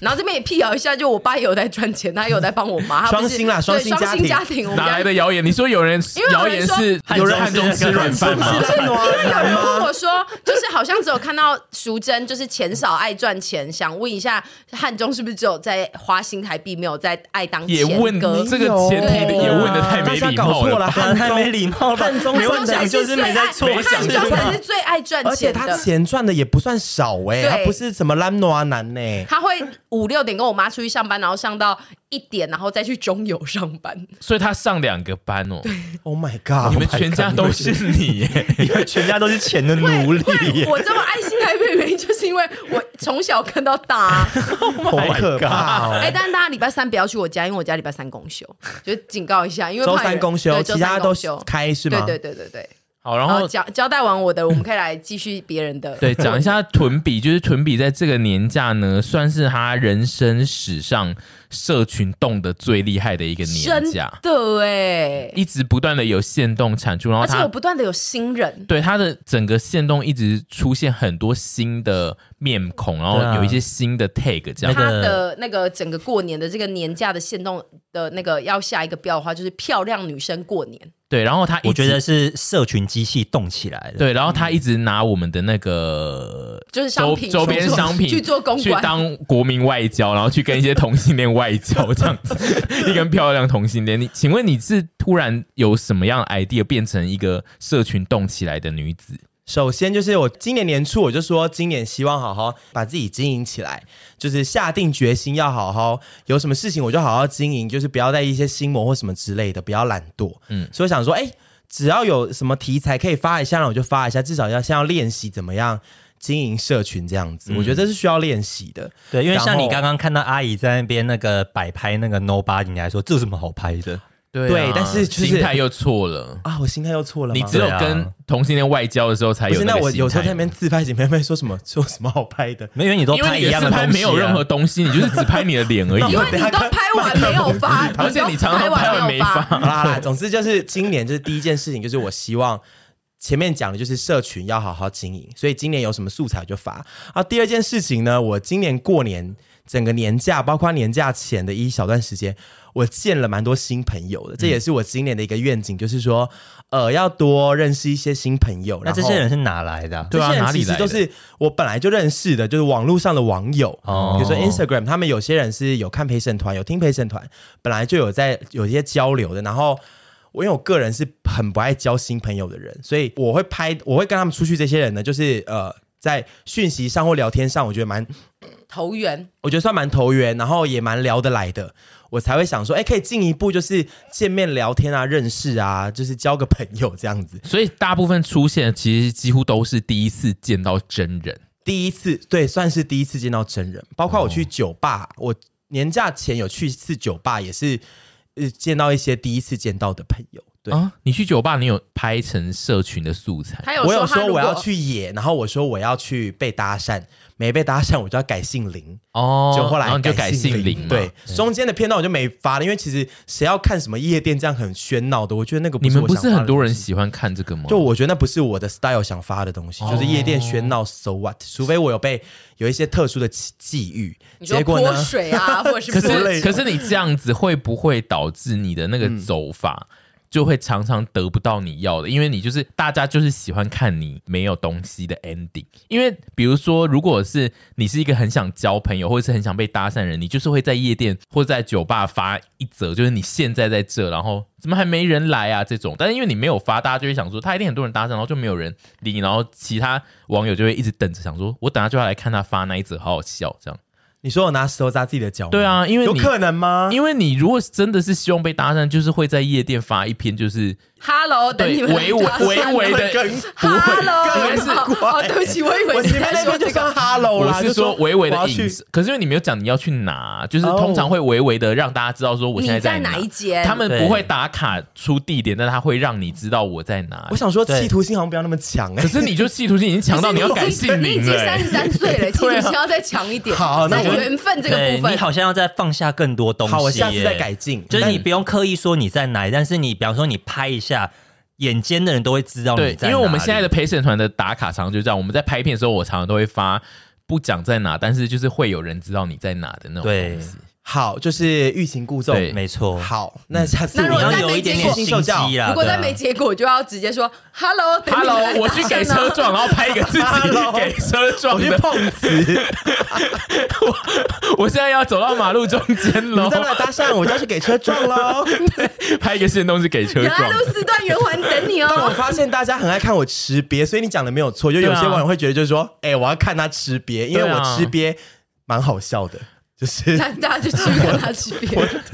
然后这边也辟谣一下，就我爸也有在赚钱，他也有在帮我妈，他
双
不是
薪啦
对
双
双
薪家
薪
庭
家庭，我们
哪
家
来的谣言？你说有人
因为有
谣
人
言
说
是有人汉中吃软饭吗？
啊是
有人
暖
问
吗？
我说，就是好像只有看到淑珍，就是钱少爱赚钱，想问一下汉中是不是只有在花新台币，没有在爱当
也
钱
问
哥？
这个前提的也问的太没
大家
礼
搞
貌
错了，
吧。
汉
太
中
没礼貌了。
汉中
没
汉
问
中才
题，就是是没在错
最爱
没想
汉
错
中才是最爱赚
而且
钱
他
的。
钱赚的也不算少哎、
对
他不是什么兰诺啊男呢、
他会五六点跟我妈出去上班，然后上到一点，然后再去中游上班。
所以他上两个班哦，
Oh my god！
你 们全家都是你耶，
因为 全家都是钱的奴隶耶。
我这么爱新台币的原因，就是因为我从小看到 大、啊。
好可怕
哎、
哦！
但是大家礼拜三不要去我家，因为我家礼拜三公休，就警告一下，因为
周
怕有
三
人
公休，
对周
其他
三
都
公休
开是
对
吗？
对对对对。
好，然
然后
后
交交代完我的，我们可以来继续别人的。
对，讲一下屯比，就是屯比在这个年假呢，算是他人生史上社群动的最厉害的一个年
真
假，
的哎，
一直不断的有限动产出，然后
而且我
他
不断的有新人，
对他的整个限动一直出现很多新的面孔，然
对啊
后有一些新的 tag 这样。
他的那个整个过年的这个年假的限动的那个要下一个标的话，就是漂亮女生过年。
对，然后他一直
我觉得是社群机器动起来了。
对，然后他一直拿我们的那个
就是商
周
品
周边
去做
商品
去做公
去
关
当国民外交，然后去跟一些同性恋外交这样子， 一根漂亮同性恋。你请问你是突然有什么样的 idea 变成一个社群动起来的女子？
首先就是我今年年初我就说，今年希望好好把自己经营起来，就是下定决心要好好，有什么事情我就好好经营，就是不要带一些心魔或什么之类的，不要懒惰。嗯
嗯，
所以我想说，哎、只要有什么题材可以发一下，那我就发一下，至少要先要练习怎么样经营社群这样子，我觉得这是需要练习的。
对，因为像
然后
你刚刚看到阿姨在那边那个摆拍那个 nobody，你还说这有什么好拍的？
对
对但是就是
心态又错了。
啊，我心态又错了吗？
你只有
对啊
跟同性恋外交的时候才
不
有
是，
那
那
个
我
心
有时候
态
在那边自拍，姐妹妹说什么说什么好拍的，
没有，因为你都
因为
拍
你
一
的
样
自
的
拍
东西、
没
啊，
有任何东西，你就是只拍你的脸而已
因
啊。
为你都拍完没有发，
而且你
都
常常
完
拍完没
没有
发，
发，
好啦好 啦，总之就是今年就是第一件事情，就是我希望前面讲的就是社群要好好经营，所以今年有什么素材我就发。啊，第二件事情呢，我今年过年整个年假，包括年假前的一小段时间，我见了蛮多新朋友的，这也是我今年的一个愿景，就是说，呃，要多认识一些新朋友。
那
然后
这些人是哪来的啊、
对啊
这些人
哪里
其实
来
都
的
是我本来就认识的，就是网络上的网友，
哦
比如说 Instagram，他们有些人是有看陪审团，有听陪审团，本来就有在有一些交流的。然后我因为我个人是很不爱交新朋友的人，所以我会拍，我会跟他们出去。这些人呢，就是呃，在讯息上或聊天上，我觉得蛮
投缘。
我觉得算蛮投缘，然后也蛮聊得来的，我才会想说，哎，可以进一步就是见面聊天啊，认识啊，就是交个朋友这样子。
所以大部分出现其实几乎都是第一次见到真人。
第一次，对，算是第一次见到真人。包括我去酒吧，我年假前有去一次酒吧，也是呃见到一些第一次见到的朋友。对，
啊，你去酒吧，你有拍成社群的素材？
他有
我有
他
说
如
我
果
要去野，然后我说我要去被搭讪，没被搭讪我就要改姓林，
哦，
就后
然
来
后你就改姓林嘛。
对，中间的片段我就没发了，因为其实谁要看什么夜店这样很喧闹的，我觉得那个
你们
我
不
想
是
发
很
的
多人
东西。
喜欢看这个吗？
就我觉得那不是我的 style 想发的东
哦
西，就是夜店喧闹，so what？除非我有被有一些特殊的际际遇，
你说
结果
泼
呢？
水啊，或者是
可
泼
是可是你这样子会不会导致你的那个走法？就会常常得不到你要的，因为你就是大家就是喜欢看你没有东西的 ending。因为比如说，如果是你是一个很想交朋友，或者是很想被搭讪的人，你就是会在夜店或者在酒吧发一则，就是你现在在这，然后怎么还没人来啊这种。但是因为你没有发，大家就会想说他一定很多人搭讪，然后就没有人理你，然后其他网友就会一直等着，想说我等下就要来看他发那一则，好好笑这样。
你说我拿石头砸自己的脚吗？
对啊因为
有
你
可能吗？
因为你如果真的是希望被搭讪，就是会在夜店发一篇，就是
Hello，等你
对
们
微微微微的，
不会
更怪
哦，对不起，我以为
我
你
前面
在
那
说
边就
这个。
算 hello
我
哦啦，
是
就
说微微
我要
的
去
隐私。可是因为你没有讲你要去哪，就是
哦
通常会微微的让大家知道说我现
你
在
哪
哪
一。间？
他们
对
不会打卡出地点，但他会让你知道我在哪
我。想说
对
企图心好像不要那么强哎、
可是你就企图心已经强到你要改姓
你已
名
经
了、
三
欸
十三岁了，其
对
实
啊
想要再强一点。
好那
在
我
缘分这个
对
部分
哎你，好像要再放下更多东西耶、
好，我下次再改进。
就是
但
你不用刻意说你在哪里，但是你比方说你拍一下，眼尖的人都会知道你
对，
在
因
哪里。
为我们现在的陪审团的打卡常常就这样，我们在拍片的时候，我常常都会发。不讲在哪，但是就是会有人知道你在哪的那种
对
东西。
好，就是欲擒故纵。
对
没错。
好，那下次
那如
你
果
我
要
再
要
没
有一点点
结
心
果
机啦。
如果
对啊
再没结果，就要直接说 “hello”。
Hello，我
啊
去给车撞，然后拍一个自己给车
我
撞
去
的。
碰 瓷，
我现在要走到马路中间
你们，
喽
在那搭讪，我就要去给车撞 喽。
拍一个线动是给车
原
撞
来。路四段圆环等你
我
哦。
发现大家很爱看我吃瘪，所以你讲的没有错。就有
对
些
啊
网友会觉得，就是说，哎、我要看他吃瘪，因为
对
我
啊
吃瘪蛮好笑的，就是
那 大家就去跟他去别人。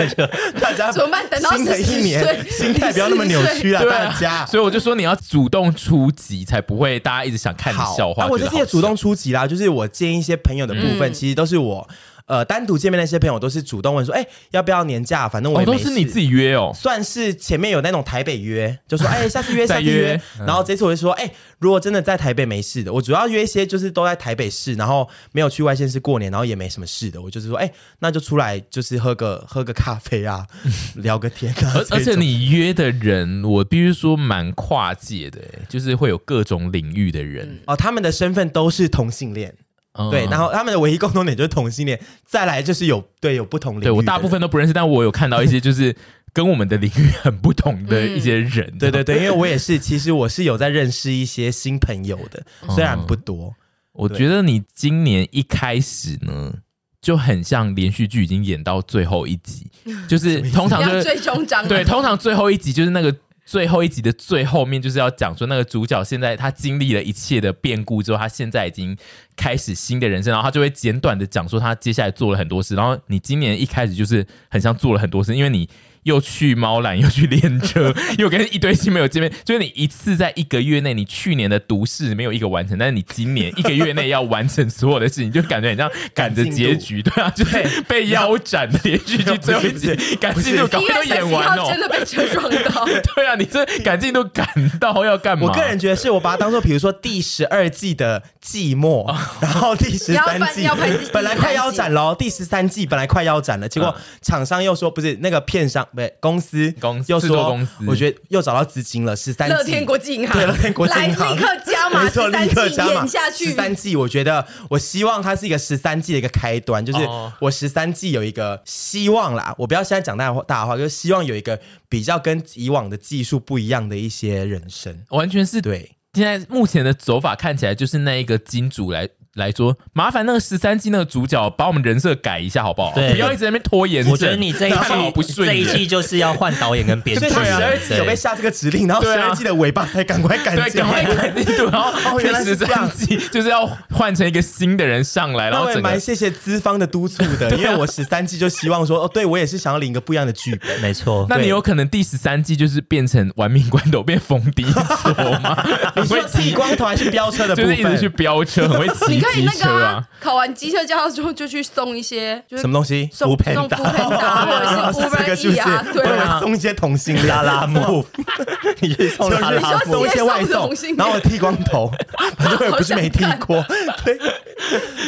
大家
怎么办等到
新的一
40
年
岁
心态不要那么扭曲啊，
对啊
大家。
所以我就说你要主动出击，才不会大家一直想看你
好，
笑话。
啊我这
觉得
次也
好
主动
笑，
出击啦，就是我建议一些朋友的部
嗯
分，其实都是我呃单独见面那些朋友都是主动问说，哎、要不要年假？反正我
哦，
也没
都
事。
是你自己约哦。
算是前面有那种台北约，就说 哎、下次约下
再
次
约嗯
约，然后这次我就说哎、如果真的在台北没事的，我主要约一些就是都在台北市，然后没有去外县市过年，然后也没什么事的，我就是说哎、那就出来就是喝个喝个咖啡 啊，聊个天啊
而，而
这
且
种
你约的人，我必须说蛮跨界的，欸就是会有各种领域的人。
哦，他们的身份都是同性恋，
嗯
对，然后他们的唯一共同点就是同性恋，再来就是有对有不同领域，
对我大部。分都不认识，但我有看到一些就是跟我们的领域很不同的一些人。
嗯对对，对，因为我也是，其实我是有在认识一些新朋友的，
嗯
虽然不多，
我觉得你今年一开始呢。就很像连续剧已经演到最后一集，就是通常
你
就
要
是
追踪蟑螂，
对，通常最后一集就是那个最后一集的最后面，就是要讲说那个主角现在他经历了一切的变故之后，他现在已经开始新的人生，然后他就会简短的讲说他接下来做了很多事。然后你今年一开始就是很像做了很多事，因为你。又去猫缆，又去练车， 又跟一堆新朋友见面，就是你一次在一个月内，你去年的读试没有一个完成，但是你今年一个月内要完成所有的事情，就感觉很像赶
赶
着
进度
结局，对啊，就是被腰斩的连续剧最后一集
不是，
赶进度赶
一
快都
月三
演
十一
完
号
哦
真。的被车撞到。
对啊，你这赶进度赶到要干嘛？
我个人觉得是我把它当做，比如说第十二季的季末，
嗯
然后第十三季
要拍要拍第
本来快腰斩喽，第十三季本来快腰斩了，结果
嗯
厂商又说不是那个片商，不是公司
公
又
制作
说
公司
我觉得又找到资金了，十三季
乐天国际银行，
对乐天国际银行
来立刻加 码，
没错，立
13
刻
季
加码
演下去
十。三季，我觉得我希望它是一个十三季的一个开端，就是
哦
我十三季有一个希望啦。我不要现在讲大话，大话就是希望有一个比较跟以往的技术不一样的一些人生。
完全是
对，
现在目前的走法看起来就是那一个金主来来说，麻烦那个十三季那个主角把我们人设改一下好不好？
对
不要一直在那边拖延症。
我觉得你这一
看好不
季
顺
这
眼
一季就是要换导演跟编剧
所以
了，
他十二季有被
对
下这个指令，然后
对
十
啊
二季的尾巴才赶快赶
对，啊
进
赶快赶进度，然后
哦原来
十
是这样
三季就是要换成一个新的人上来，然
那
后
我也
整
蛮
个
谢谢资方的督促的，因为我十三季就希望 说，哦，对我也是想要领一个不一样的剧本。
没错。
那你有可能第十三季就是变成玩命关头变逢敌所吗？
你
很
说
会
剃
骑，
光头还是飙车的部
就是一
分？
直去飙车，很会骑
你可以
机
那
车
个
啊
啊。，考完机车驾照之后就去送一些，就是
什么东西？
送
Foodpanda
送 Foodpanda
啊
或
这
者
个
是
是不是
Uber E 啊，？对
我以
啊。
为送一些同性恋
拉拉木，你去送
就是
拉拉
你说
木
送一些外
直接送
送
同性，恋
然后我剃光头，反正我也不是没剃过。对，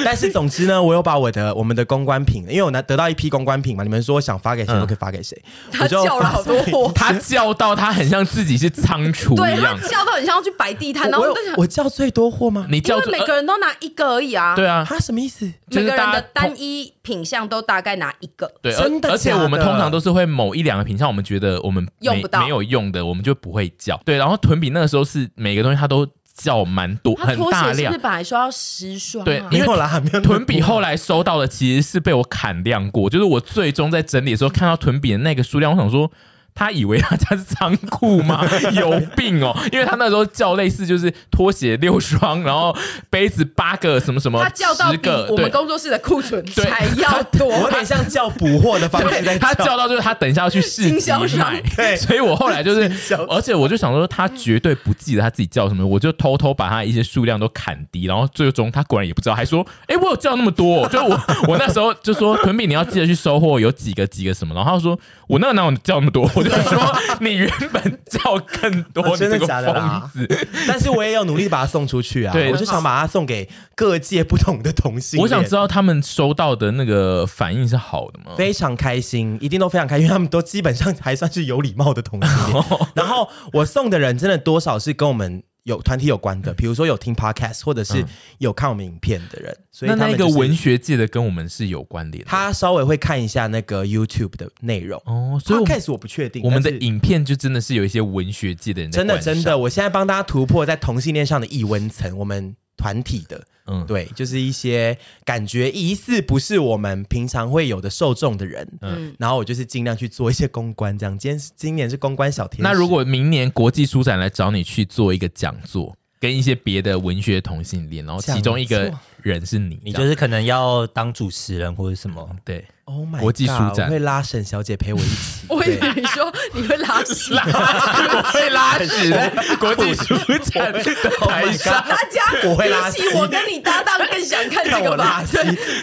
但是总之呢，我有把我的我们的公关品，因为我拿得到一批公关品嘛，你们说我想发给谁，我可以发给谁，
他
我就
叫了好多 货，
他叫到他很像自己是仓储一
对他
样，
叫到很像要去摆地摊，然
我
后
有
我就想，
我叫最多货吗？
你
因
叫
为
做
每个人都拿一个而已啊，
呃对啊，
他什么意思？
就
每
是
个人
大
的
家
单
通
一品相都大概拿一个。
对，而
真的
而且
假的
我们通常都是会某一两个品项，我们觉得我们没
用不到
没有用的，我们就不会叫。对，然后屯比那个时候是每个东西他都叫蛮多，
他
很
拖
大
鞋是
量
不是。本来说要十双啊？
对
没有啦，没有那么多
屯比后来收到的其实是被我砍量过，就是我最终在整理的时候看到屯比的那个数量，我想说。他以为他家是仓库 吗？有病哦！因为他那时候叫类似就是拖鞋六双，然后杯子八个，什么什么
他叫到
十
比
个，
我
对
们工作室的库存
对
才要多。
我有点像叫补货的方式在
对，他叫到就是他等一下要去市
经
集
销商，
买，
对
所以我后来就是
经销，商
而且我就想说他绝对不记得他自己叫什么，我就偷偷把他一些数量都砍低，然后最终他果然也不知道，还说，哎、我有叫那么多哦、就是我我那时候就说屯比你要记得去收货有几个几个什么，然后他就说我那哪有叫那么多，我就说你原本叫更多，
哦
你
真的
这个
假的
疯
啦
子。
但是我也有努力把它送出去啊，
对
我就想把它送给各界不同的同性恋。
我想知道他们收到的那个反应是好的吗？
非常开心，一定都非常开心，因为他们 都基本上还算是有礼貌的同性恋。然后我送的人真的多少是跟我们有团体有关的，比如说有听 podcast 或者是
嗯
有看我们影片的人，所以
那
他
嗯
们
那个
就是
文学界的跟我们是有关联的，
他稍微会看一下那个 YouTube 的内容。
哦，所以我们
podcast 我不确定，
我们的
但是
影片就真的是有一些文学界的人在
真的
观赏
真的，，我现在帮大家突破在同性恋上的异温层，我们团体的。
嗯，
对，就是一些感觉疑似不是我们平常会有的受众的人，嗯
嗯，
然后我就是尽量去做一些公关，这样。今天是今年是公关小天使，
那如果明年国际书展来找你去做一个讲座，跟一些别的文学同性恋，然后其中一
讲
个
座
人是你，
你
这
就
样
是可能要当主持人或者什 么，
对
Oh my
国际书
God，
展
我会拉沈小姐 陪我一起
我以为你说你会拉屎，拉
我会拉屎，国际书展的台上，
大家
我会拉
比
稀
起我跟你搭档更想看
让
这
我
个
拉
吧？
稀，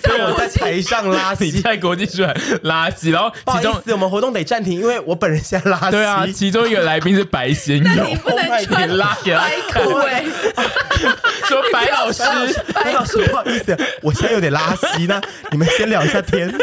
所以我在台上拉
你
稀。
在国际书展拉屎，然后
不好
其中
意思，我们活动得暂停，因为我本人现在拉稀。
对啊，其中一个来宾是 白先
那你
勇，
不能
你
穿
拉给他
白裤哎、
说白老师，
白老师，不好意思，我现在有点拉稀呢，那你们先聊一下 天，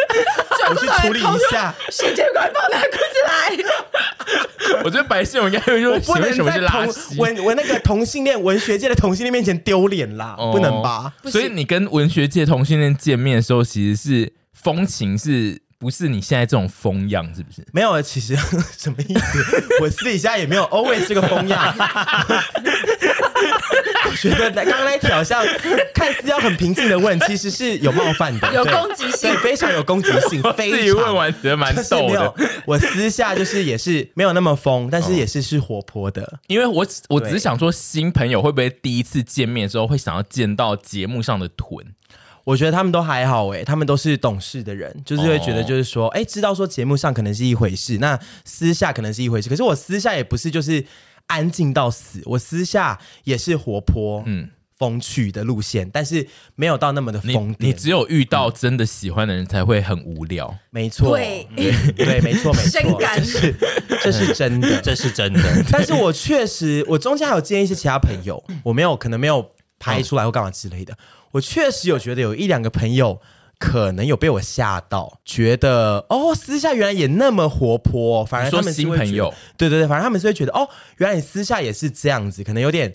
我去处理一下。
世界快放拿裤子来！
我觉得白先勇应该会
我不
说，请
能
问什么
在
是拉屎
同？文文那个同性恋文学界的同性恋面前丢脸啦，
哦
不能吧？
所以你跟文学界同性恋见面的时候，其实是风情是不是你现在这种风样？是不是？
没有，啊其实 什么意思？我私底下也没有 always 这个风样。 我觉得刚刚那一条像看似要很平静的问，其实是有冒犯的，
有
对
攻击性
对，非常有攻击 性，非常
自己问完觉得蛮
就是
逗
没
的
有，，我私下就是也是没有那么疯，但是也是是活泼的。
因为我我
对
只是想说，新朋友会不会第一次见面的时候会想要见到节目上的臀？
我觉得他们都还好诶、他们都是懂事的人，就是会觉
哦
得就是说，哎、知道说节目上可能是一回事，那私下可能是一回事。可是我私下也不是就是安静到死，我私下也是活泼，嗯
嗯，
风趣的路线，但是没有到那么的
你
疯
你
癫。
只有遇到真的喜欢的人才会很无聊。
没错，
对
嗯对，没错，没错，
深感
这是这是真的，
这是真的。
但是我确实，我中间还有见一些其他朋友，
嗯
我没有可能没有拍出来或干嘛之类的。我确实有觉得有一两个朋友可能有被我吓到，觉得哦，私下原来也那么活泼哦，反而
你
他
说
们是
新
会觉
朋
得
友，
对对对，反正他们是会觉得哦，原来你私下也是这样子，可能有点。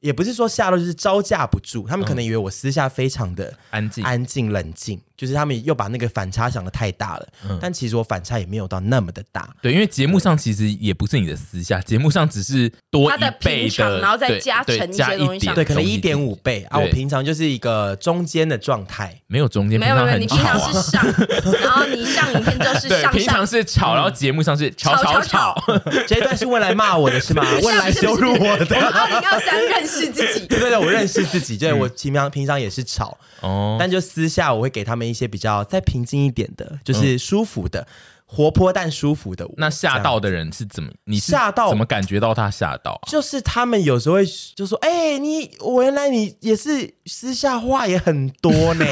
也不是说吓到，就是招架不住。他们可能以为我私下非常的
嗯安静
哎
安静、冷静，就是他们又把那个反差想的太大了。
嗯
但其实我反差也没有到那么的大。
对，因为节目上其实也不是你的私下，节目上只是多
他
一
的
倍
平常然后再
对
加
对
乘一些
加
东西
点
上
对，可能一点
东
五
西进去
倍啊。我
对
平常就是一个中间的状态，
没有中间，
没有没有
平
没
常
有，
很
你平常
吵啊
是上，然后你上影片就是
对，
上
平常
上，
是吵，然后节目上是嗯吵
吵
吵
吵吵
吵。
这一段是问来骂我的是 吗？问来羞辱我的。
二零二三认识自己。
对对对，我认识自己，对我平常平常也是吵，
嗯哦，
但就私下我会给他们一些比较再平静一点的，就是舒服的、活泼但舒服的我。
嗯那吓
这样
到的人是怎么？你是
吓到
怎么感觉到他吓到 啊？
就是他们有时候会就说：“哎、你我原来你也是私下话也很多 呢。”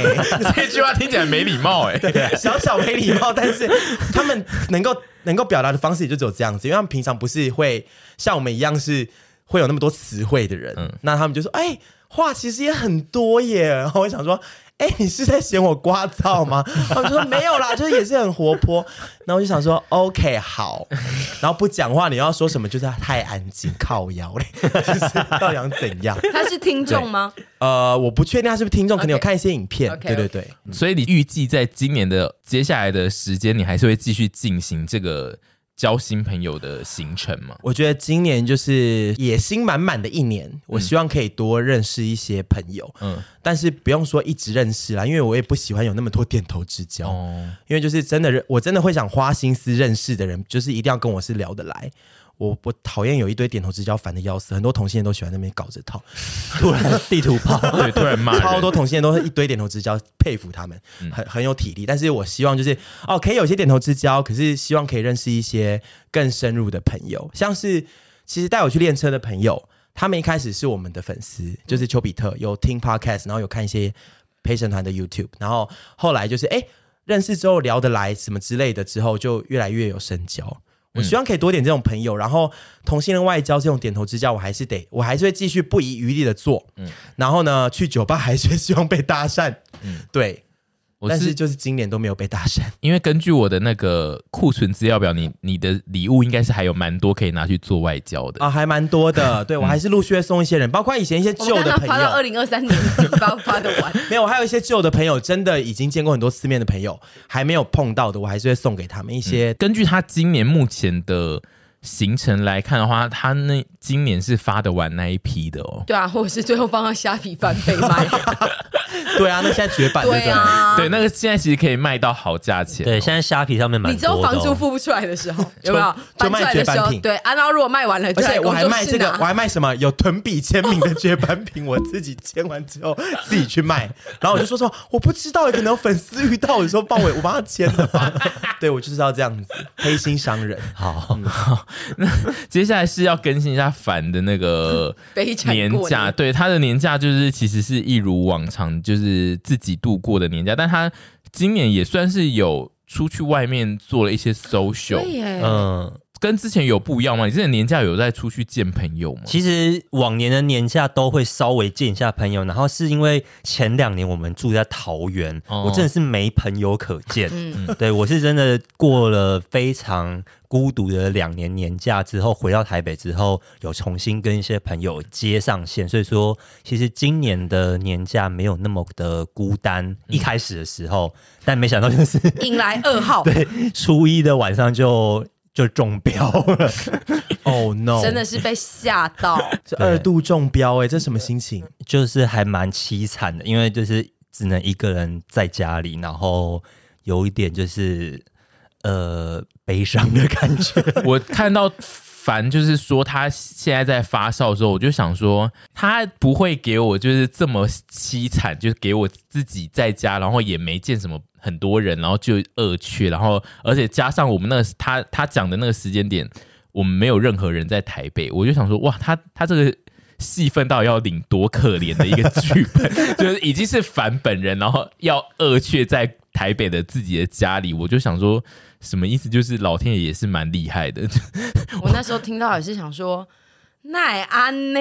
这句话听起来没礼貌哎、
小小没礼貌，但是他们能够能够表达的方式也就只有这样子，因为他们平常不是会像我们一样是会有那么多词汇的人，那他们就说：“哎、话其实也很多耶。” 然后我想说。哎、你是在嫌我聒噪吗？ 他们就说没有啦，就是也是很活泼。然后我就想说，OK，好。 然后不讲话，你要说什么就是太安静，靠腰嘞， 就是到底想怎样？
他是听众吗？
呃，我不确定他是不是听众，可能有
OK
看一些影片。
OK，
对对对，
所以你预计在今年的接下来的时间，你还是会继续进行这个交新朋友的行程吗？
我觉得今年就是野心满满的一年，我希望可以多认识一些朋友，嗯
嗯，
但是不用说一直认识啦，因为我也不喜欢有那么多点头之交，
哦，
因为就是真的认，我真的会想花心思认识的人，就是一定要跟我是聊得来。我我讨厌有一堆点头之交，烦的要死。很多同性恋都喜欢那边搞这套， 突然地图炮，
对，突然骂人，嗯
超多同性恋都是一堆点头之交，佩服他们，很很有体力。但是我希望就是哦，可以有一些点头之交，可是希望可以认识一些更深入的朋友，像是其实带我去练车的朋友，他们一开始是我们的粉丝，就是丘比特有听 podcast，然后有看一些陪审团的 YouTube，然后后来就是哎、认识之后聊得来什么之类的，之后就越来越有深交。
嗯
我希望可以多点这种朋友，然后同性恋外交这种点头之交，我还是得，我还是会继续不
嗯
嗯遗余力的做。然后呢，去酒吧还是希望被搭讪。对，
我
但
是
是就是今年都没有被打散。
因为根据我的那个库存资料表，你你的礼物应该是还有蛮多可以拿去做外交的。
啊，还蛮多的。对我还是陆续会送一些人，包括以前一些
我
旧
们
的
刚刚
朋
发到二
友。
零二三年底，发发的 完。
没有，还有一些旧的朋友，真的已经见过很多次面的朋友，还没有碰到的，我还是会送给他们一些。
根据他今年目前的行程来看的话，他那今年是发得完那一批的哦。
对啊，或者是最后放到虾皮翻倍卖。
对啊，那现在绝版，对不
对
对？
啊，
对，那个现在其实可以卖到好价钱哦、
对，现在虾皮上面蛮
你
多
只
的、
有房租
哦。
付不出来的时候，有没有？
就
搬出
卖
来
绝
的时
版
候，
品
对，啊，然后如果卖完了，
而
就来
且我还
工作
卖
室
这个，
拿
我还卖什么有屯比签名的绝版品，我自己签完之后自己去卖。然后我就说说我不知道，可能有粉丝遇到我说帮我，我帮他签的吧。对，我就是要这样子，黑心商人。
好，
接下来是要更新一下凡的那个
悲惨
年
过
假，
年
对他的年假就是其实是一如往常，就是自己度过的年假，但他今年也算是有出去外面做了一些 social，
对耶，
嗯，
跟之前有不一样吗？你之前年假有在出去见朋友吗？
其实往年的年假都会稍微见一下朋友，然后是因为前两年我们住在桃园，
哦
我真的是没朋友可见。
嗯
对我是真的过了非常孤独的两年年假之后，回到台北之后，有重新跟一些朋友接上线，所以说其实今年的年假没有那么的孤
嗯
单。一开始的时候，但没想到就是
迎来二号，
初一的晚上就就中标了。
Oh no！
真的是被吓 到。
这二度中标哎、这什么心情？
就是还蛮凄惨的，因为就是只能一个人在家里，然后有一点就是呃悲伤的感觉。
我看到凡就是说他现在在发烧的时候，我就想说他不会给我就是这么凄惨，就是给我自己在家，然后也没见什么很多人，然后就恶趣，然后而且加上我们那个他他讲的那个时间点，我们没有任何人在台北，我就想说哇，他他这个。戏份到底要领多可怜的一个剧本， 就是已经是凡本人，然后要恶却在台北的自己的家里，我就想说什么意思？就是老天爷也是蛮厉害的，
我那时候听到也是想说，奈安呢？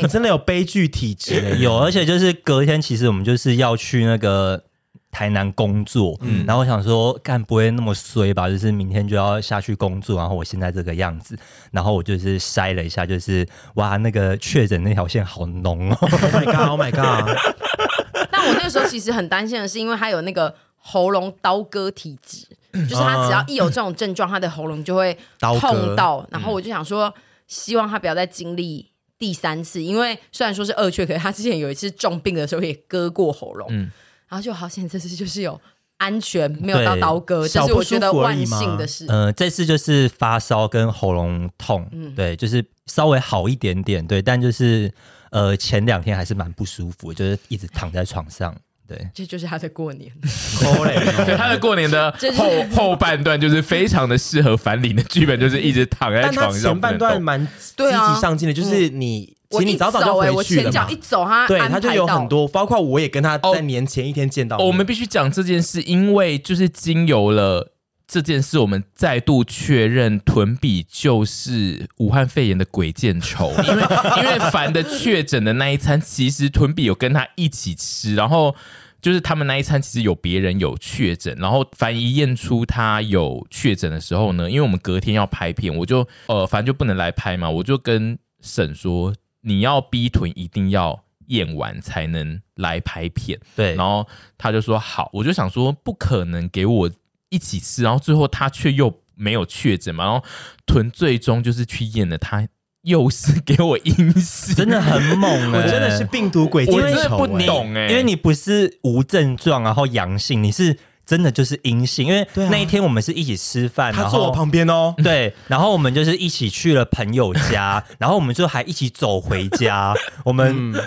你真的有悲剧体质哎、
有，而且就是隔天，其实我们就是要去那个台南工作，然后我想说，干不会那么衰吧？就是明天就要下去工作，然后我现在这个样子，然后我就是筛了一下，就是哇，那个确诊那条线好浓哦，
Oh my god！Oh my god！
但我那个时候其实很担心的是，因为他有那个喉咙刀割体 质，就是他只要一有这种症状，他的喉咙就会
刀割
痛到。然后我就想说，希望他不要再经历第三次，因为虽然说是二缺，可是他之前有一次重病的时候也割过喉咙，
嗯
然后就好险这次就是有安全，没有到
对
刀割，这
小
是
不
我觉
舒
得
服而
万
已嘛嗯
幸的事。
呃，这次就是发烧跟喉咙痛，
嗯
对，就是稍微好一点点，对，但就是呃前两天还是蛮不舒服，就是一直躺在床上，对，
这就是他的过年，
对他的过年的
就是
后后半段就是非常的适合樊林的剧本，就是一直躺在
但他
床上
前
不能
半段
动
蛮积
对啊
极上进的，就是你，其
我
实
一
你早早
走
就
欸我
回去
前
了嘛
脚一。走他
对，
安
他就
排
有
到
很多，包括我也跟他
哦
在年前一天见到、
哦我们必须讲这件事，因为就是经由了。这件事，我们再度确认屯比就是武汉肺炎的鬼见愁，因为因为凡的确诊的那一餐，其实屯比有跟他一起吃，然后就是他们那一餐其实有别人有确诊，然后凡一验出他有确诊的时候呢，因为我们隔天要拍片，我就呃，反正就不能来拍嘛，我就跟沈说，你要逼屯一定要验完才能来拍片，
对
然后他就说好，我就想说不可能给我一起吃，然后最后他却又没有确诊嘛，然后屯最终就是去验了，他又是给我阴性，
真的很 猛、欸，
我真的是病毒鬼见
我真的
愁、
不
哎
懂哎、
因为你不是无症状然后阳性，你是真的就是阴性，因为
对啊
那一天我们是一起吃饭，
他
然
坐
后
我旁边哦。
对，然后我们就是一起去了朋友家，然后我们就还一起走回 家，我们、
嗯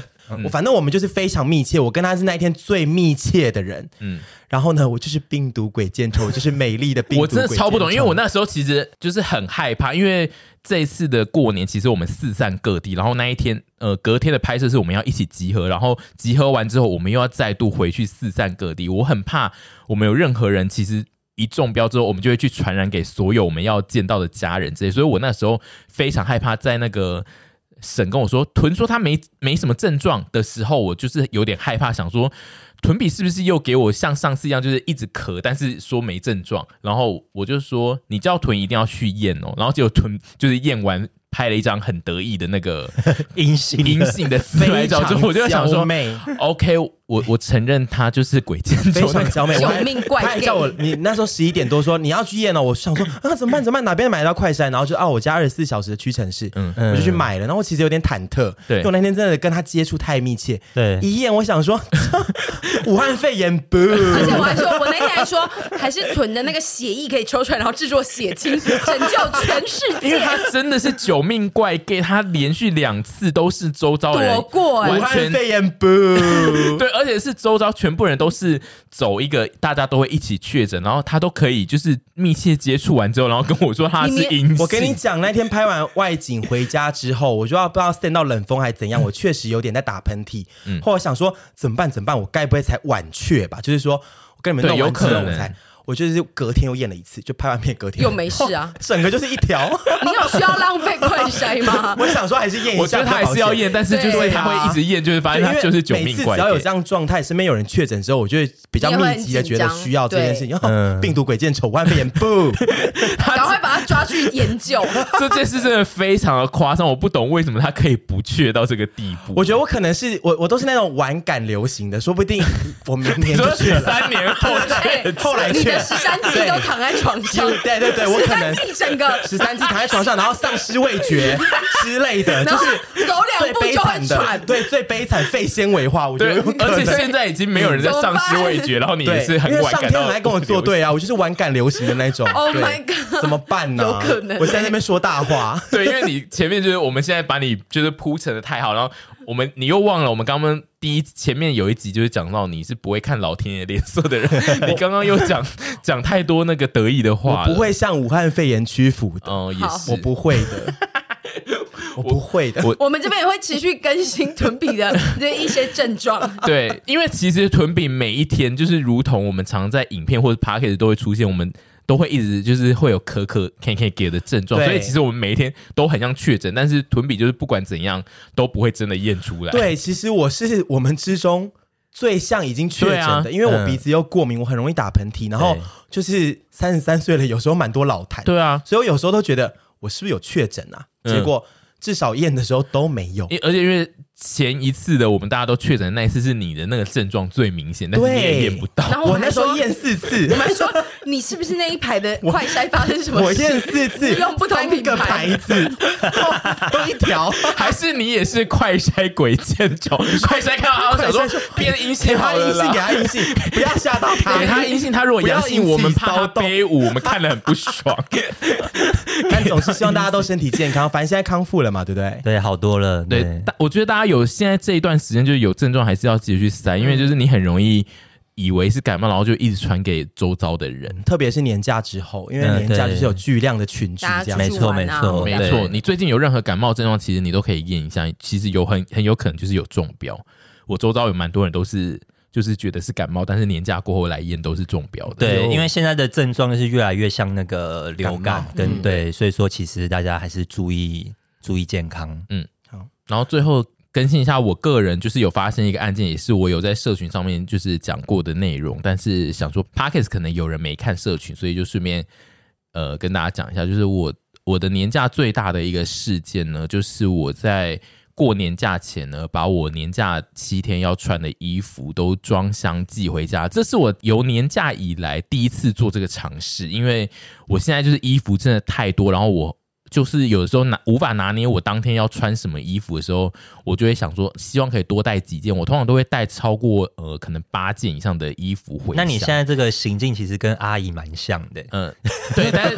我反正我们就是非常密切，我跟他是那一天最密切的人。
嗯
嗯，然后呢，我就是病毒鬼见愁，我就是美丽的病毒
我
鬼见
真
愁。
的超不懂，因为我那时候其实就是很害怕，因为这一次的过年，其实我们四散各地，然后那一天，呃，隔天的拍摄是我们要一起集合，然后集合完之后，我们又要再度回去四散各地，我很怕我们有任何人其实。一中标之后，我们就会去传染给所有我们要见到的家人这些，所以我那时候非常害怕，在那个沈跟我说屯说他没没什么症状的时候，我就是有点害怕，想说屯比是不是又给我像上次一样，就是一直咳，但是说没症状，然后我就说你叫屯一定要去验哦，然后结果屯就是验完。拍了一张很得意的那个
阴性的
阴性的自拍照，就我就在想
娇
说
妹，
，OK，我我承认他就是鬼见
非
愁那
常
个，
娇妹，我还
救命怪
他还叫我，你那时候十一点多说你要去验哦，我想说啊怎么办怎么办，哪边买得到快筛？然后就啊我家二十四小时的屈臣氏，
嗯
我就去买了。然后我其实有点忐忑，
对
因为我那天真的跟他接触太密切，
对
一验我想说 武汉肺炎不，
而且我还说，我那天还说，还是囤的那个血液可以抽出来，然后制作血清， 拯救全世
因为
界。
他真的是九命怪 gay，他连续两次都是周遭人
躲过欸
武
完
汉
全
肺炎不，
对，而且是周遭全部人都是走一个大家都会一起确诊，然后他都可以就是密切接触完之后，然后跟我说他是阴性。
我跟你讲，那天拍完外景回家之后，我就要不知道 stand 到冷风还怎
嗯
样，我确实有点在打喷嚏。后来想说怎么办？怎么办？我该不会才晚却吧？就是说我跟你们
对
弄
有
完之
可
后，我
能
才我就是隔天又验了一次，就拍完片隔天
又没事啊
整个就是一 条。
你有需要浪费快筛 吗？
我想说还是验一
我
下
觉得
比较保险，
他还是要验，但是就是
对
他会一直验，就是发现
啊对因
他
为
就是九
每
命
次
怪 gay。
只要有这样状态，身边有人确诊之后，我就会比较
你也会
密集的
很紧
觉得
张
需要这件
对
事情。
嗯
哦病毒鬼见丑，万肺炎不。
赶快把他抓去研究。
这件事真的非常的夸张，我不懂为什么他可以不确到这个地步。
我觉得我可能是我，我都是那种晚感流行的，说不定我明 年就
说
去了。
三年 后
哎
后来
你
确
的十三季都躺在床上，
对对对，我
十
可
三
能
季整个，
十三季躺在床上，然后丧失味觉之类 的，
然
就
后
是
走两
最
步
悲
就会
惨的，
喘。
对，最悲惨肺纤维化，我觉得
对，
有可
而且
能。
现在已经没有人在丧失味觉，然后你也
对，
是很
因为
晚
上
感
天
到。
来跟我作，对啊，我就是晚感流行的那种。
Oh
对
my god
怎么办呢？
有可能
我现在在那边说大话。
对，因为你前面就是我们现在把你就是铺陈的太好，然后我们你又忘了我们刚刚第一前面有一集就是讲到你是不会看老天爷脸色 的人，你刚刚又讲讲太多那个得意的
我
话，
不，会向武汉肺炎屈服的，
哦，也
好
是，
我不会 的，我不会的。
我们这边也会持续更新臀比的这一些症 状。
对，因为其实臀比每一天就是如同我们常在影片或者 p a c k a g e 都会出现，我们都会一直就是会有咳咳 can can 给的症状，
对
所以其实我们每一天都很像确诊，但是臀比就是不管怎样都不会真的验出来。，
对，其实我是我们之中最像已经确诊的，
对啊
因为我鼻子又过敏，我很容易打喷嚏，然后
对
就是三十三岁了，有时候蛮多老痰，
对啊，
所以我有时候都觉得我是不是有确诊啊？
嗯
结果至少验的时候都没有。
因而且因为前一次的我们大家都确诊的那一次是你的那个症状最明显，但是你也
对
验不到。
然后
我
还
那时候
说，
验四次，
我还说你是不是那一排的快筛发生什么
我
事？
验四次，
用不同
三个
品牌
牌子，都一条。
还是你也是快筛鬼见愁，快筛看到他我想说变阴
给
性
哎他
好
阴
了
性，给
啦，
他阴性，不要吓到他。
给他阴性，他如果阳性，
不要引起
我们怕他
骚动
悲舞，我们看了很不 爽。
但总是希望大家都身体健康，反正现在康复了嘛，对不对？
对，好多了，
对，大我觉得大家有现在这一段时间就是有症状，还是要继续去塞，因为就是你很容易以为是感冒，然后就一直传给周遭的人。
特别是年假之后，因为
嗯
年假
对
就是有巨量的群聚
大
这
家
样
出
没
子。
去
错
玩
没
啊
错，
没
对
错，你最近有任何感冒症状，其实你都可以验一下，其实有很很有可能就是有中标。我周遭有蛮多人都是就是觉得是感冒，但是年假过后来验都是中标的。
对，
就
因为现在的症状是越来越像那个流
感
哎感
冒，
跟
嗯
对，所以说其实大家还是注意注意健康。
然后最后更新一下，我个人就是有发生一个案件，也是我有在社群上面就是讲过的内容，但是想说 p o c k e t 可能有人没看社群，所以就顺便呃跟大家讲一下，就是我我的年假最大的一个事件呢，就是我在。过年假前呢，把我年假七天要穿的衣服都装箱寄回家，这是我由年假以来第一次做这个尝试。因为我现在就是衣服真的太多，然后我就是有时候拿无法拿捏我当天要穿什么衣服的时候，我就会想说，希望可以多带几件。我通常都会带超过呃可能八件以上的衣服回家。
那你现在这个行径其实跟阿姨蛮像的，
嗯， 对，但是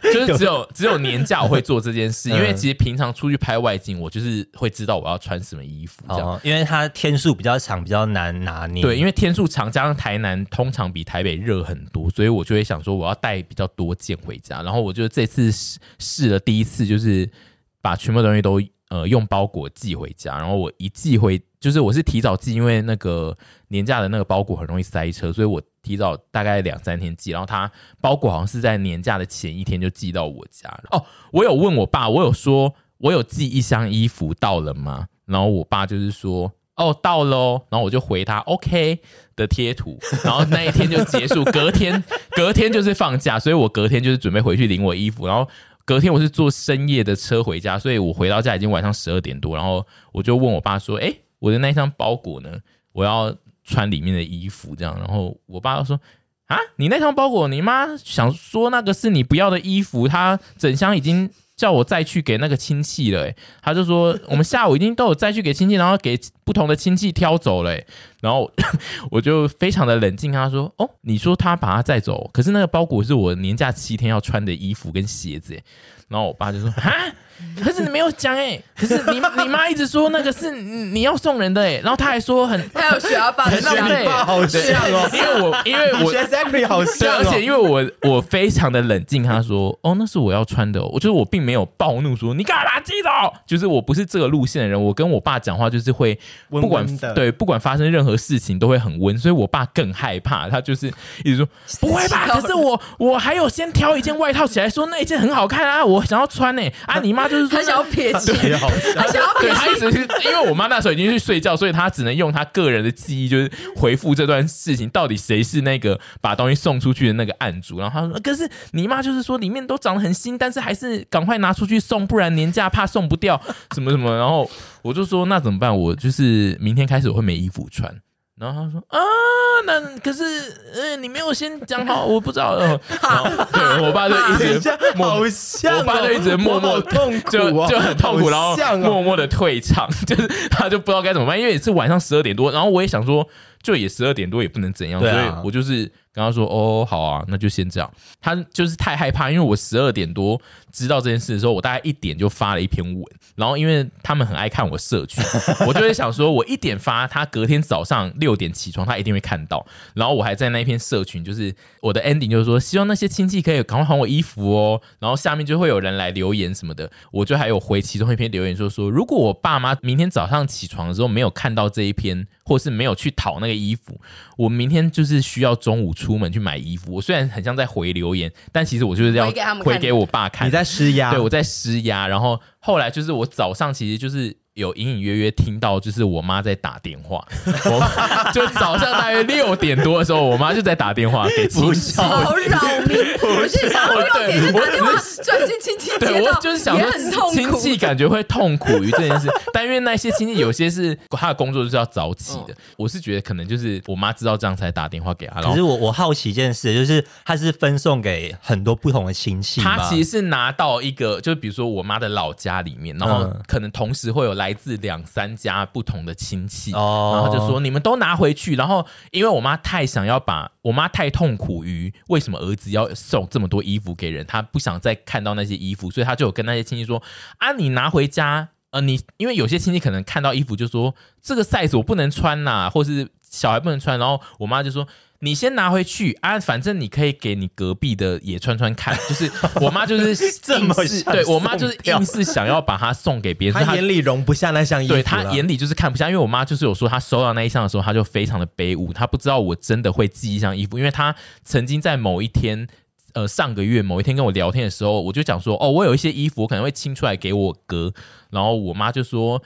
对，就是只有只有年假我会做这件事，因为
嗯
其实平常出去拍外景，我就是会知道我要穿什么衣服这样。
哦，因为它天数比较长，比较难拿捏。
对，因为天数长，加上台南通常比台北热很多，所以我就会想说我要带比较多件回家。然后我就这次试试了第一次，就是把全部东西都呃用包裹寄回家。然后我一寄回，就是我是提早寄，因为那个年假的那个包裹很容易塞车，所以我提早大概两三天寄。然后它包裹好像是在年假的前一天就寄到我家了。哦，我有问我爸，我有说我有寄一箱衣服到了吗？然后我爸就是说。哦到喽，然后我就回他 OK 的贴图，然后那一天就结束，隔天隔天就是放假，所以我隔天就是准备回去领我衣服，然后。隔天我是坐深夜的车回家，所以我回到家已经晚上十二点多，然后我就问我爸说：“哎、我的那一箱包裹呢？我要穿里面的衣服这样。”然后我爸就说：“啊，你那趟包裹，你妈想说那个是你不要的衣服，她整箱已经叫我再去给那个亲戚了、欸。她就说我们下午已经都有再去给亲戚，然后给不同的亲戚挑走了、欸。然后我 就非常的冷静，跟她说：哦，你说她把它载走，可是那个包裹是我年假七天要穿的衣服跟鞋子、欸。然后我爸就说：啊。可是你没有讲哎、可是你 你妈一直说那个是你你要送人的哎、然后她还说很
他有学 到爸的
很像
香
哎你爸好像哦，
因为我因为
你
我
学 Zachary 好
对，
像
而且
哦。
因为我我非常的冷静，他说：“哦，那是我要穿的哦、我就是我并没有暴怒说你干嘛记走，就是我不是这个路线的人。我跟我爸讲话就是会
温温
不管
的
对不管发生任何事情都会很温，所以我爸更害怕，他就是一直说不会吧？可是我我还有先挑一件外套起来说那一件很好看啊，我想要穿呢、啊，你妈就是说
他想要撇清，
对，好像哦
他想 要
对
撇
他一直是因为我妈那时候已经去睡觉，所以她只能用她个人的记忆，就是回复这段事情到底谁是那个把东西送出去的那个案主。然后她说：“可是你妈就是说里面都长得很新，但是还是赶快拿出去送，不然年假怕送不掉，什么什么。”然后我就说：“那怎么办？我就是明天开始我会没衣服穿。”然后他说啊，那可是，呃，你没有先讲好，我不知道。呃、然后对我爸就一直
等一下好像哦，
我爸就一直默默
我好痛苦
就
哦，
就很痛苦，然后
好像
默
哦，
默的退场， 就是他就不知道该怎么办，因为也是晚上十二点多，然后我也想说，就也十二点多也不能怎样，
对啊
所以我就是跟他说，哦，好啊，那就先这样。他就是太害怕，因为我十二点多知道这件事的时候，我大概一点就发了一篇文，然后因为他们很爱看我社群， 我就会想说，我一点发，他隔天早上六点起床，他一定会看到。然后我还在那一篇社群，就是我的 ending 就是说，希望那些亲戚可以赶快还我衣服哦。然后下面就会有人来留言什么的，我就还有回其中一篇留言说说，如果我爸妈明天早上起床的时候没有看到这一篇，或是没有去讨那个衣服，我明天就是需要中午出门去买衣服。我虽然很像在回留言，但其实我就是要
回给他们看
回给我爸看。
你在施压，
啊
对，我在施压。然后后来就是我早上其实就是有隐隐约约听到，就是我妈在打电话。 我就早上大约六点多的时候，我妈就在打电话给亲戚。
好扰民，我是想要六点就打电话转进亲戚
对，
街
我
道，
就是想
也
说，
很痛
亲
苦。
戚感觉会痛苦于这件事，但因为那些亲戚有些是他的工作就是要早起的，我是觉得可能就是我妈知道这样才打电话给他，然
哦可
后
是我我好奇一件事，就是它是分送给很多不同的亲戚吗？
他其实是拿到一个，就比如说我妈的老家里面，然后
嗯
可能同时会有来自两三家不同的亲戚，
哦
然后就说你们都拿回去。然后因为我妈太想要把我妈太痛苦于为什么儿子要送这么多衣服给人，她不想再看到那些衣服，所以她就有跟那些亲戚说啊，你拿回家。呃，你因为有些亲戚可能看到衣服就说这个 size 我不能穿呐、或是小孩不能穿，然后我妈就说你先拿回去啊，反正你可以给你隔壁的也穿穿看。就是我妈就是
这么
硬是
想
对我妈就是
送掉
硬是想要把它送给别人，所以
他眼里容不下那箱衣服
对
了，
他眼里就是看不下，因为我妈就是有说，她收到那一箱的时候，她就非常的卑污，她不知道我真的会寄一箱衣服，因为她曾经在某一天。呃，上个月某一天跟我聊天的时候，我就讲说，哦，我有一些衣服，我可能会清出来给我哥。然后我妈就说，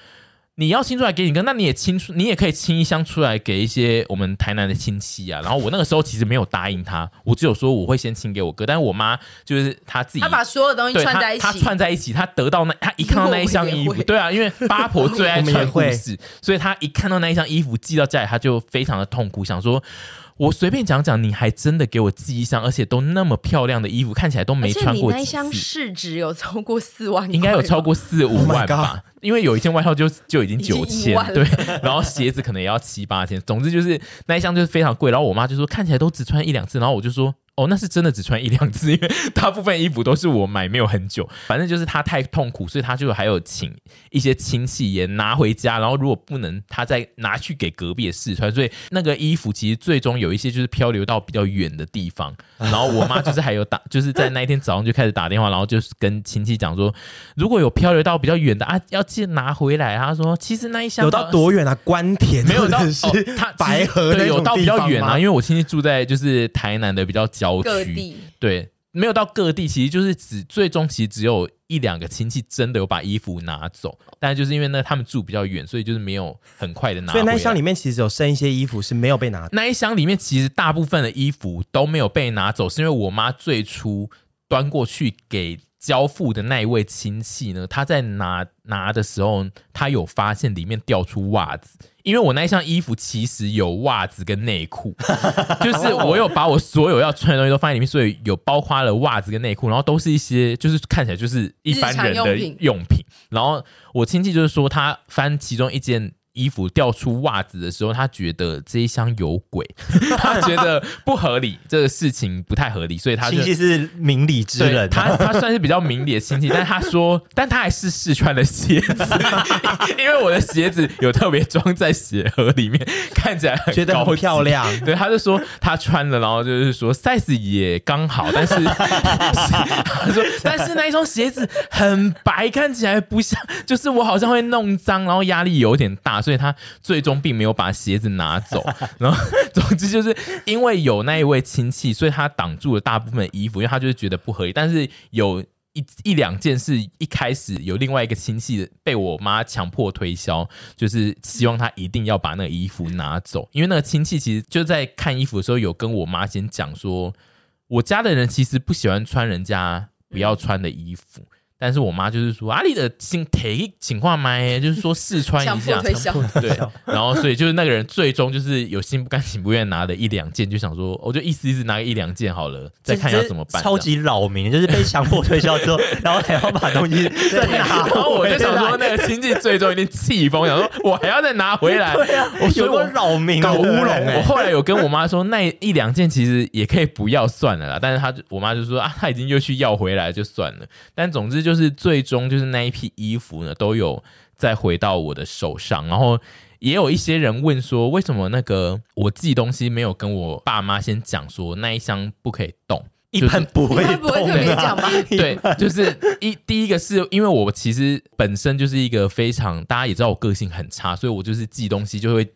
你要清出来给你哥，那你也清出，你也可以清一箱出来给一些我们台南的亲戚啊。然后我那个时候其实没有答应她，我只有说我会先清给我哥，但是我妈就是她自己，
他把所有东西
对
串在一
他，他
起，
串在一起，他得到那他一看到那一箱衣
我也
服，
会
对啊，因为八婆最爱
我们也
穿故
会
事，所以他一看到那一箱衣服寄到家里，他就非常的痛苦，想说。我随便讲讲，你还真的给我寄一箱，而且都那么漂亮的衣服，看起来都
而
没
且
穿
你
过
那
几
一箱
次，
市值有超过四万，
应该有超。过四五
my
万吧。因为有一件外套就就已经
Oh 已经
九
一
千
万，了
对， 然后鞋子可能也要七八千，总之就是那一箱就是非常贵。然后我妈就说看起来都只穿一两次，然后我就说。哦，那是真的只穿一两次，因为大部分衣服都是我买没有很久。反正就是她太痛苦，所以她就还有请一些亲戚也拿回家，然后如果不能，她再拿去给隔壁的试穿。所以那个衣服其实最终有一些就是漂流到比较远的 地方。然后我妈就是还有打，就是在那一天早上就开始打电话，然后就是跟亲戚讲说，如果有漂流到比较远的啊，要记得拿回来。她说，其实那一箱
有到多远啊？关田
没有到
或者
哦
是，
他
白河
对
那
有
种
到比
地
较
方
远啊，
吗
因为我亲戚住在就是台南的比较郊
各
区，
地
对。没有到各地，其实就是只最终其实只有一两个亲戚真的有把衣服拿走，但就是因为那他们住比较远，所以就是没有很快的拿
所
回
以
来。
那一箱里面其实有剩一些衣服是没有被拿，
那一箱里面其实大部分的衣服都没有被拿走，是因为我妈最初端过去给交付的那一位亲戚呢，她在拿拿的时候，她有发现里面掉出袜子，因为我那一箱衣服其实有袜子跟内裤， 就是我有把我所有要穿的东西都放在里面，所以有包括了袜子跟内裤，然后都是一些就是看起来就是一般人的
日常用品
用品。然后我亲戚就是说，他翻其中一件。衣服掉出袜子的时候，他觉得这一箱有鬼， 他觉得不合理，这个事情不太合理，所以他就
亲戚是明理之
对
人、啊，
他他算是比较明理的亲戚，但他说，但他还是试穿了鞋子， 因为我的鞋子有特别装在鞋盒里面，看起来很
觉得
高
很
级
漂。亮。
对，他就说他穿了，然后就是说 size 也刚好，但是他说，但是那一双鞋子很白，看起来不像，就是我好像会弄脏，然后压力有点大，所以他最终并没有把鞋子拿走。然后总之就是因为有那一位亲戚，所以他挡住了大部分的衣服，因为他就是觉得不合理，但是有。一一两件是一开始有另外一个亲戚被我妈强迫推销，就是希望他一定要把那个衣服拿走，因为那个亲戚其实就在看衣服的时候有跟我妈先讲说，我家的人其实不喜欢穿人家不要穿的衣服，但是我妈就是说阿丽的新提情况嘛，就是说试穿一下，
强迫推销，
对，然后所以就是那个人最终就是有心不甘情不愿拿了一两件，就想说我、就意思意思拿个一两件好了，再看要怎么办。
超级扰民，就是被强迫推销之 后，然后还要把东西 再
这样。
拿回来。
然后我就想说，那个亲戚最终一定气疯，想说我还要再拿回来。
对啊，
我所以
有
我
个扰民的
搞乌龙
对
哎
我后来有跟我妈说，那一两件其实也可以不要算了啦，但是她就我妈就说啊，她已经又去要回来就算了。但总之就是最终就是那一批衣服呢，都有再回到我的手上，然后。也有一些人问说，为什么那个我寄东西没有跟我爸妈先讲说那一箱不可以动？
一般不会
他不会
动
特别讲
啊。
吧？
对，就是一第一个是因为我其实本身就是一个非常大家也知道我个性很差，所以我就是寄东西就会。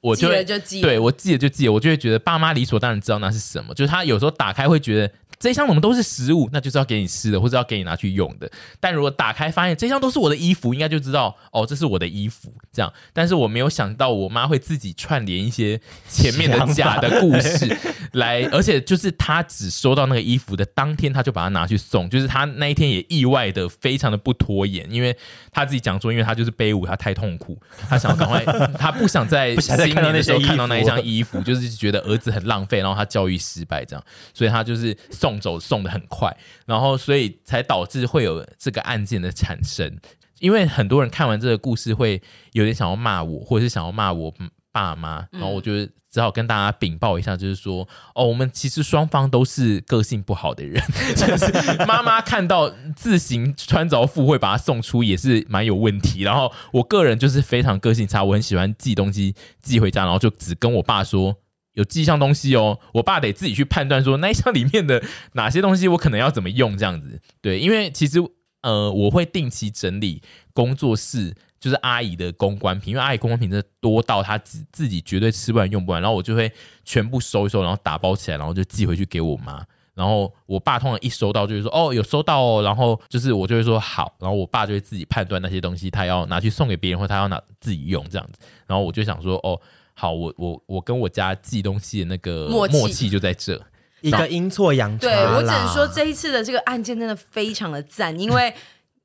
我就会
寄了就寄
对我记了就记了，我就会觉得爸妈理所当然知道那是什么。就是他有时候打开会觉得这一箱怎么都是食物，那就是要给你吃的，或者要给你拿去用的。但如果打开发现这箱都是我的衣服，应该就知道哦，这是我的衣服这样。但是我没有想到我妈会自己串联一些前面的假的故 事来，而且就是她只收到那个衣服的当天，她就把它拿去送，就是她那一天也意外的非常的不拖延，因为她自己讲说，因为她就是背舞，她太痛苦，她想要赶快，她不想在
不
新
想再看到
年的时候
那些衣服
看到那一箱衣服，就是觉得儿子很浪费，然后她教育失败这样，所以她就是送走送的很快，然后所以才导致会有这个案件的产生。因为很多人看完这个故事会有点想要骂我，或者是想要骂我爸妈，然后我就只好跟大家禀报一下，就是说，哦，我们其实双方都是个性不好的人， 就是妈妈看到自行穿着附会把他送出也是蛮有问题，然后我个人就是非常个性差，我很喜欢寄东西寄回家，然后就只跟我爸说。有寄一箱东西哦，我爸得自己去判断说那一箱里面的哪些东西我可能要怎么用这样子。对，因为其实呃，我会定期整理工作室，就是阿姨的公关品，因为阿姨公关品真的多到她自自己绝对吃不完用不完，然后我就会全部收一收，然后打包起来，然后就寄回去给我妈。然后我爸通常一收到就会说哦有收到哦，然后就是我就会说好，然后我爸就会自己判断那些东西他要拿去送给别人或他要拿自己用这样子，然后我就想说哦好，我我我跟我家寄东西的那个
默契
默契就在这，
一个阴错阳差
对
啦
我只能说这一次的这个案件真的非常的赞，因为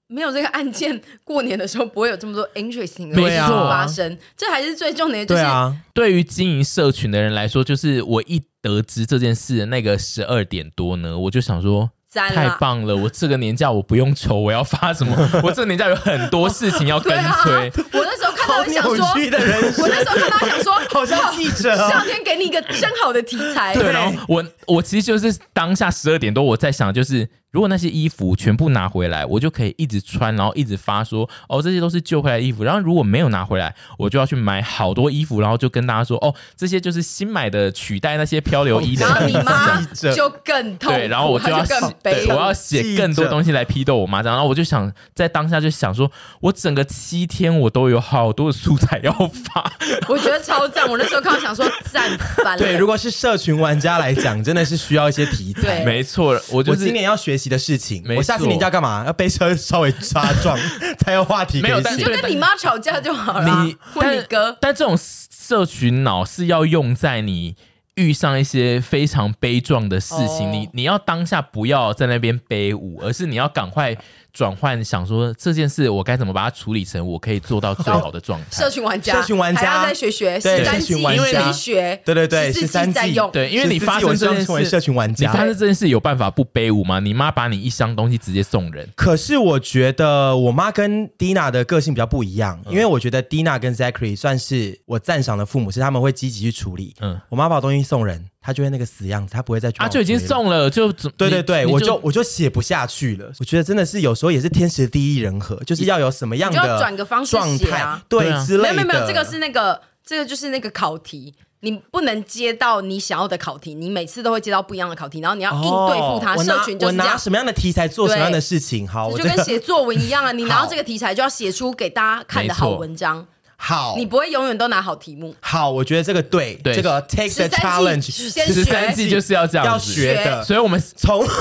没有这个案件，过年的时候不会有这么多 interesting 的
对
事
啊
情发生。这还是最重点的，就
对
是
啊，
对于经营社群的人来说，就是我一得知这件事的那个十二点多呢，我就想说。
赞啦
太棒了！我这个年假我不用愁，我要发什 么？我这个年假有很多事情要跟
对啊
催。。
我那时候看到
好
我就想说，
扭曲的人
我那时候看到想说，
好像记者哦
上天给你一个真好的题材，
对，然后我我其实就是当下十二点多，我在想，就是如果那些衣服全部拿回来，我就可以一直穿，然后一直发说哦，这些都是旧回来的衣服。然后如果没有拿回来，我就要去买好多衣服，然后就跟大家说哦，这些就是新买的，取代那些漂流衣的
然后
衣
你
服。
妈
记者
就更痛苦，
对，然后我就
她
要
就更
写
悲
对，我
痛。
要写更多东西来批斗我妈这样。然后我就想在当下就想说，我整个七天我都有好多的素材要发，
我觉得超赞，我那时候看到想说赞翻了。
对，如果是社群玩家来讲，真的是需要一些题材。
对
没错，我就
我
是
今年要学习的事情，
没
我下次
错
年假要干嘛？要被车稍微擦 撞才有话题可
没有
以
但
你
写
就。跟你妈吵架就好了，
你
或你哥。
但这种社群脑是要用在你遇上一些非常悲壮的事情，
哦
你你要当下不要在那边悲舞，而是你要赶快转换，想说这件事我该怎么把它处理成我可以做到最好的状态
社。群玩家，
社群玩家
还要再学学，
对
十三
社
季
群玩
因为
家
没学，
对对对
十四
13
季在
季
用，
对，因为你发生
我希
这
望
件
成为
事，
社群玩
你
家，
发生这件事有办法不悲舞吗？你妈把你一箱东西直接送人，
可是我觉得我妈跟 Dina 的个性比较不一样，
嗯
因为我觉得 Dina 跟 Zachary 算是我赞赏的父母，是他们会积极去处理。
嗯
嗯，我妈把东西送人，她就会那个死样子，她不会再去。
啊，就已经。送了，就
哦对对对，我就
就
我就写不下去了。我觉得真的是有时候也是天时地利人和，就是要有什么样
你就要
的
转个方式写
状
啊
态，对
对啊
之
没
类的。
有没有没有，这个是那个，这个就是那个考题，你不能接到你想要的考题，你每次都会接到不一样的考题，然后你要应对付它。
哦我拿
社群就是
我
这
拿
样，
什么样的题材做什么样的事情。好，
这
我
就
这
跟
个
写作文一样啊，你拿
好
到这个题材就要写出给大家看的
没错
好文章，
好
你不会永远都拿好题目。
好，我觉得这个对，
对
这个 take the
十三
challenge
季先
十三
学，
季就是要这样子
要学的，
所以我们
从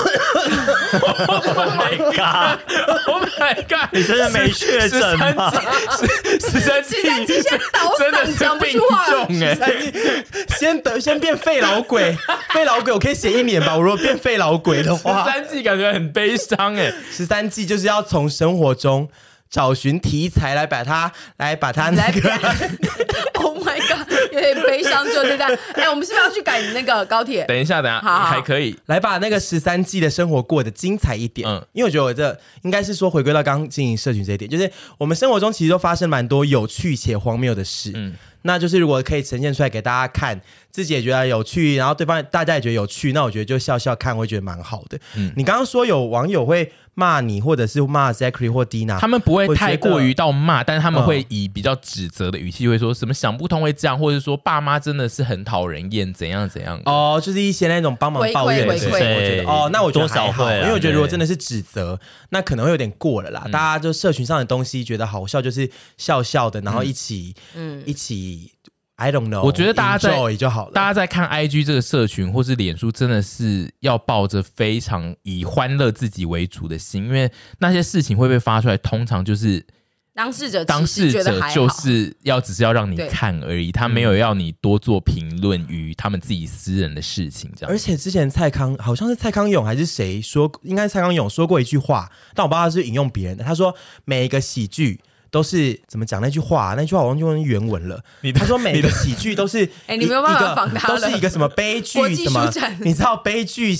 Oh my god！Oh my god！
你真的没确诊吗？
十三季，
十三季现在倒
真的
嗓
是
讲不
病
出话了。
重哎、
先得先变废老鬼，废老鬼我可以写一年吧。我如果变废老鬼的
欸十
话，
三季感觉很悲伤哎、
十三季就是要从生活中找寻题材来把它来把它那
来
个。
，Oh my god，有点悲伤，就这样。哎，我们是不是要去改那个高铁？
等一下，等一下，
好好
还可以。
来把那个十三季的生活过得精彩一点。
嗯
嗯，因为我觉得我这应该是说回归到刚刚经营社群这一点，就是我们生活中其实都发生蛮多有趣且荒谬的事。嗯。那就是如果可以呈现出来给大家看，自己也觉得有趣，然后对方大家也觉得有趣，那我觉得就笑笑看，我会觉得蛮好的。嗯，你刚刚说有网友会骂你，或者是骂 Zachary 或 Dina，
啊他们不会
我觉得
太过于到骂，但是他们
嗯
会以比较指责的语气，会说什么想不通会这样，或者说爸妈真的是很讨人厌，怎样怎样。
哦，就是一些那种帮忙
回馈
抱怨的
回
事情，
馈
我觉
对
得哦，那我觉得
多少
还好，
会啊
因为我觉得如果
对嗯
真的是指责，那可能会有点过了啦。大家就社群上的东西觉得好笑，就是笑笑的，然后一起，嗯，一起，I don't know，
我觉得大家在
enjoy 就好了。
大家在看 IG 这个社群或是脸书，真的是要抱着非常以欢乐自己为主的心，因为那些事情会被发出来，通常就是
当事者其实
当事
觉得
者
还好
就是要只是要让你
对
看而已，他没有要你多做评论于他们自己私人的事情，这样
而。且之前蔡康好像是蔡康永还是谁说，应该是蔡康永说过一句话，但我不知道他是引用别人的。他说每一个喜剧都是怎么讲那句话啊、那句话我忘记用原文了。他说每一个喜剧都是
哎
一，
你没有办法
一个
仿他
都
了
是一个什么悲剧
国际
什么
书展，
你知道悲剧。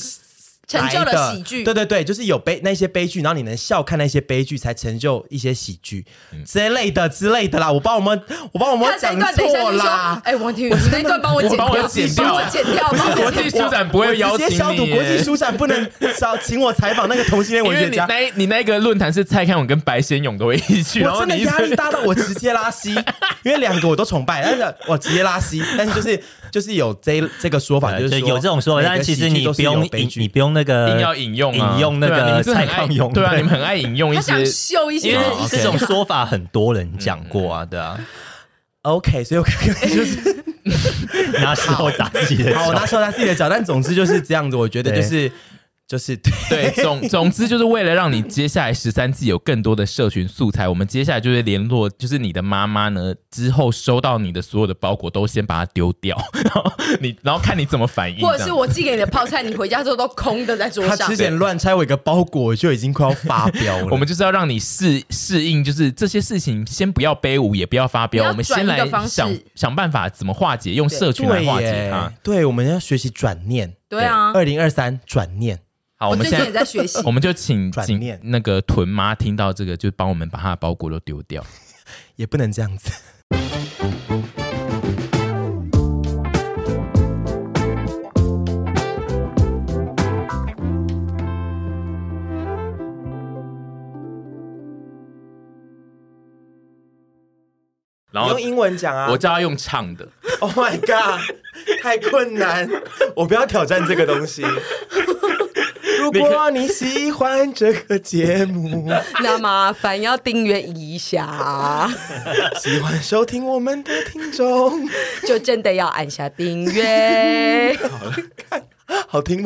成就了
来的
喜剧
对对对，就是有悲那些悲剧，然后你能笑看那些悲剧，才成就一些喜剧、之类的之类的啦。我帮我们，我帮我们
嗯他这
讲
一段等一下
错
就说
啦，。
哎，王庭宇，你那一段帮我剪掉，
我帮我剪掉
帮我剪掉，帮
国
我
际
剪
书
掉。
展不会邀
我
请
直
你
接消毒
耶，
国际书展不能找请我采访那个同性恋
因
文
为
学
你
家，
那你那个论坛是蔡康永跟白先勇都会一起去，然
我
后
真的
你一
压力
直
大到我直接拉稀，因为两个我都崇拜，但是我直接拉稀，但是就是就是有这这个说法，就
对
是
就
说
有这种说法，
每
但
个
其
喜
实
剧
你
都
不
是有
用
悲
你
剧
你不用那个
硬要引用啊
引用那
对啊你
个
们是很
蔡
爱
康永，
对啊，你们很爱引用一
他想
些。
秀一
因
些
为
哦，OK
啊这种说法很多人讲过啊，对 啊，
OK，所以我刚刚就是
拿石头砸自己的
好，我拿
脚。
手拿自己的脚，但总之就是这样子，我觉得
对
就是就是对。
对，总总之就是为了让你接下来十三季有更多的社群素材，我们接下来就会联络，就是你的妈妈呢，之后收到你的所有的包裹都先把它丢掉， 然后你然后看你怎么反应，
或者
这
是
样
我寄给你的泡菜，你回家之后都空的在桌
他
上
之。前乱拆我一个包裹，我就已经快要发飙了。
我们就是要让你适适应，就是这些事情先不要卑污，也不要发
你
飙，
要
我们先来
转一个方式
想想办法怎么化解，用社群来
对
化解它
耶。，对，我们要学习转念。
对啊
二零二三转念。
好，我
我
们
最
现
近
在
也在学习
我，们就请
转
请
念
那个屯妈听到这个，就帮我们把她的包裹都丢掉。
也不能这样子。
然
你
后
用英文讲啊！
哦我叫他用唱的，
Oh my god，太困难，我不要挑战这个东西。如果你喜欢这个节目，
那麻烦要订阅一下，
喜欢收听我们的听众，
就真的要按下订阅。
好听吗？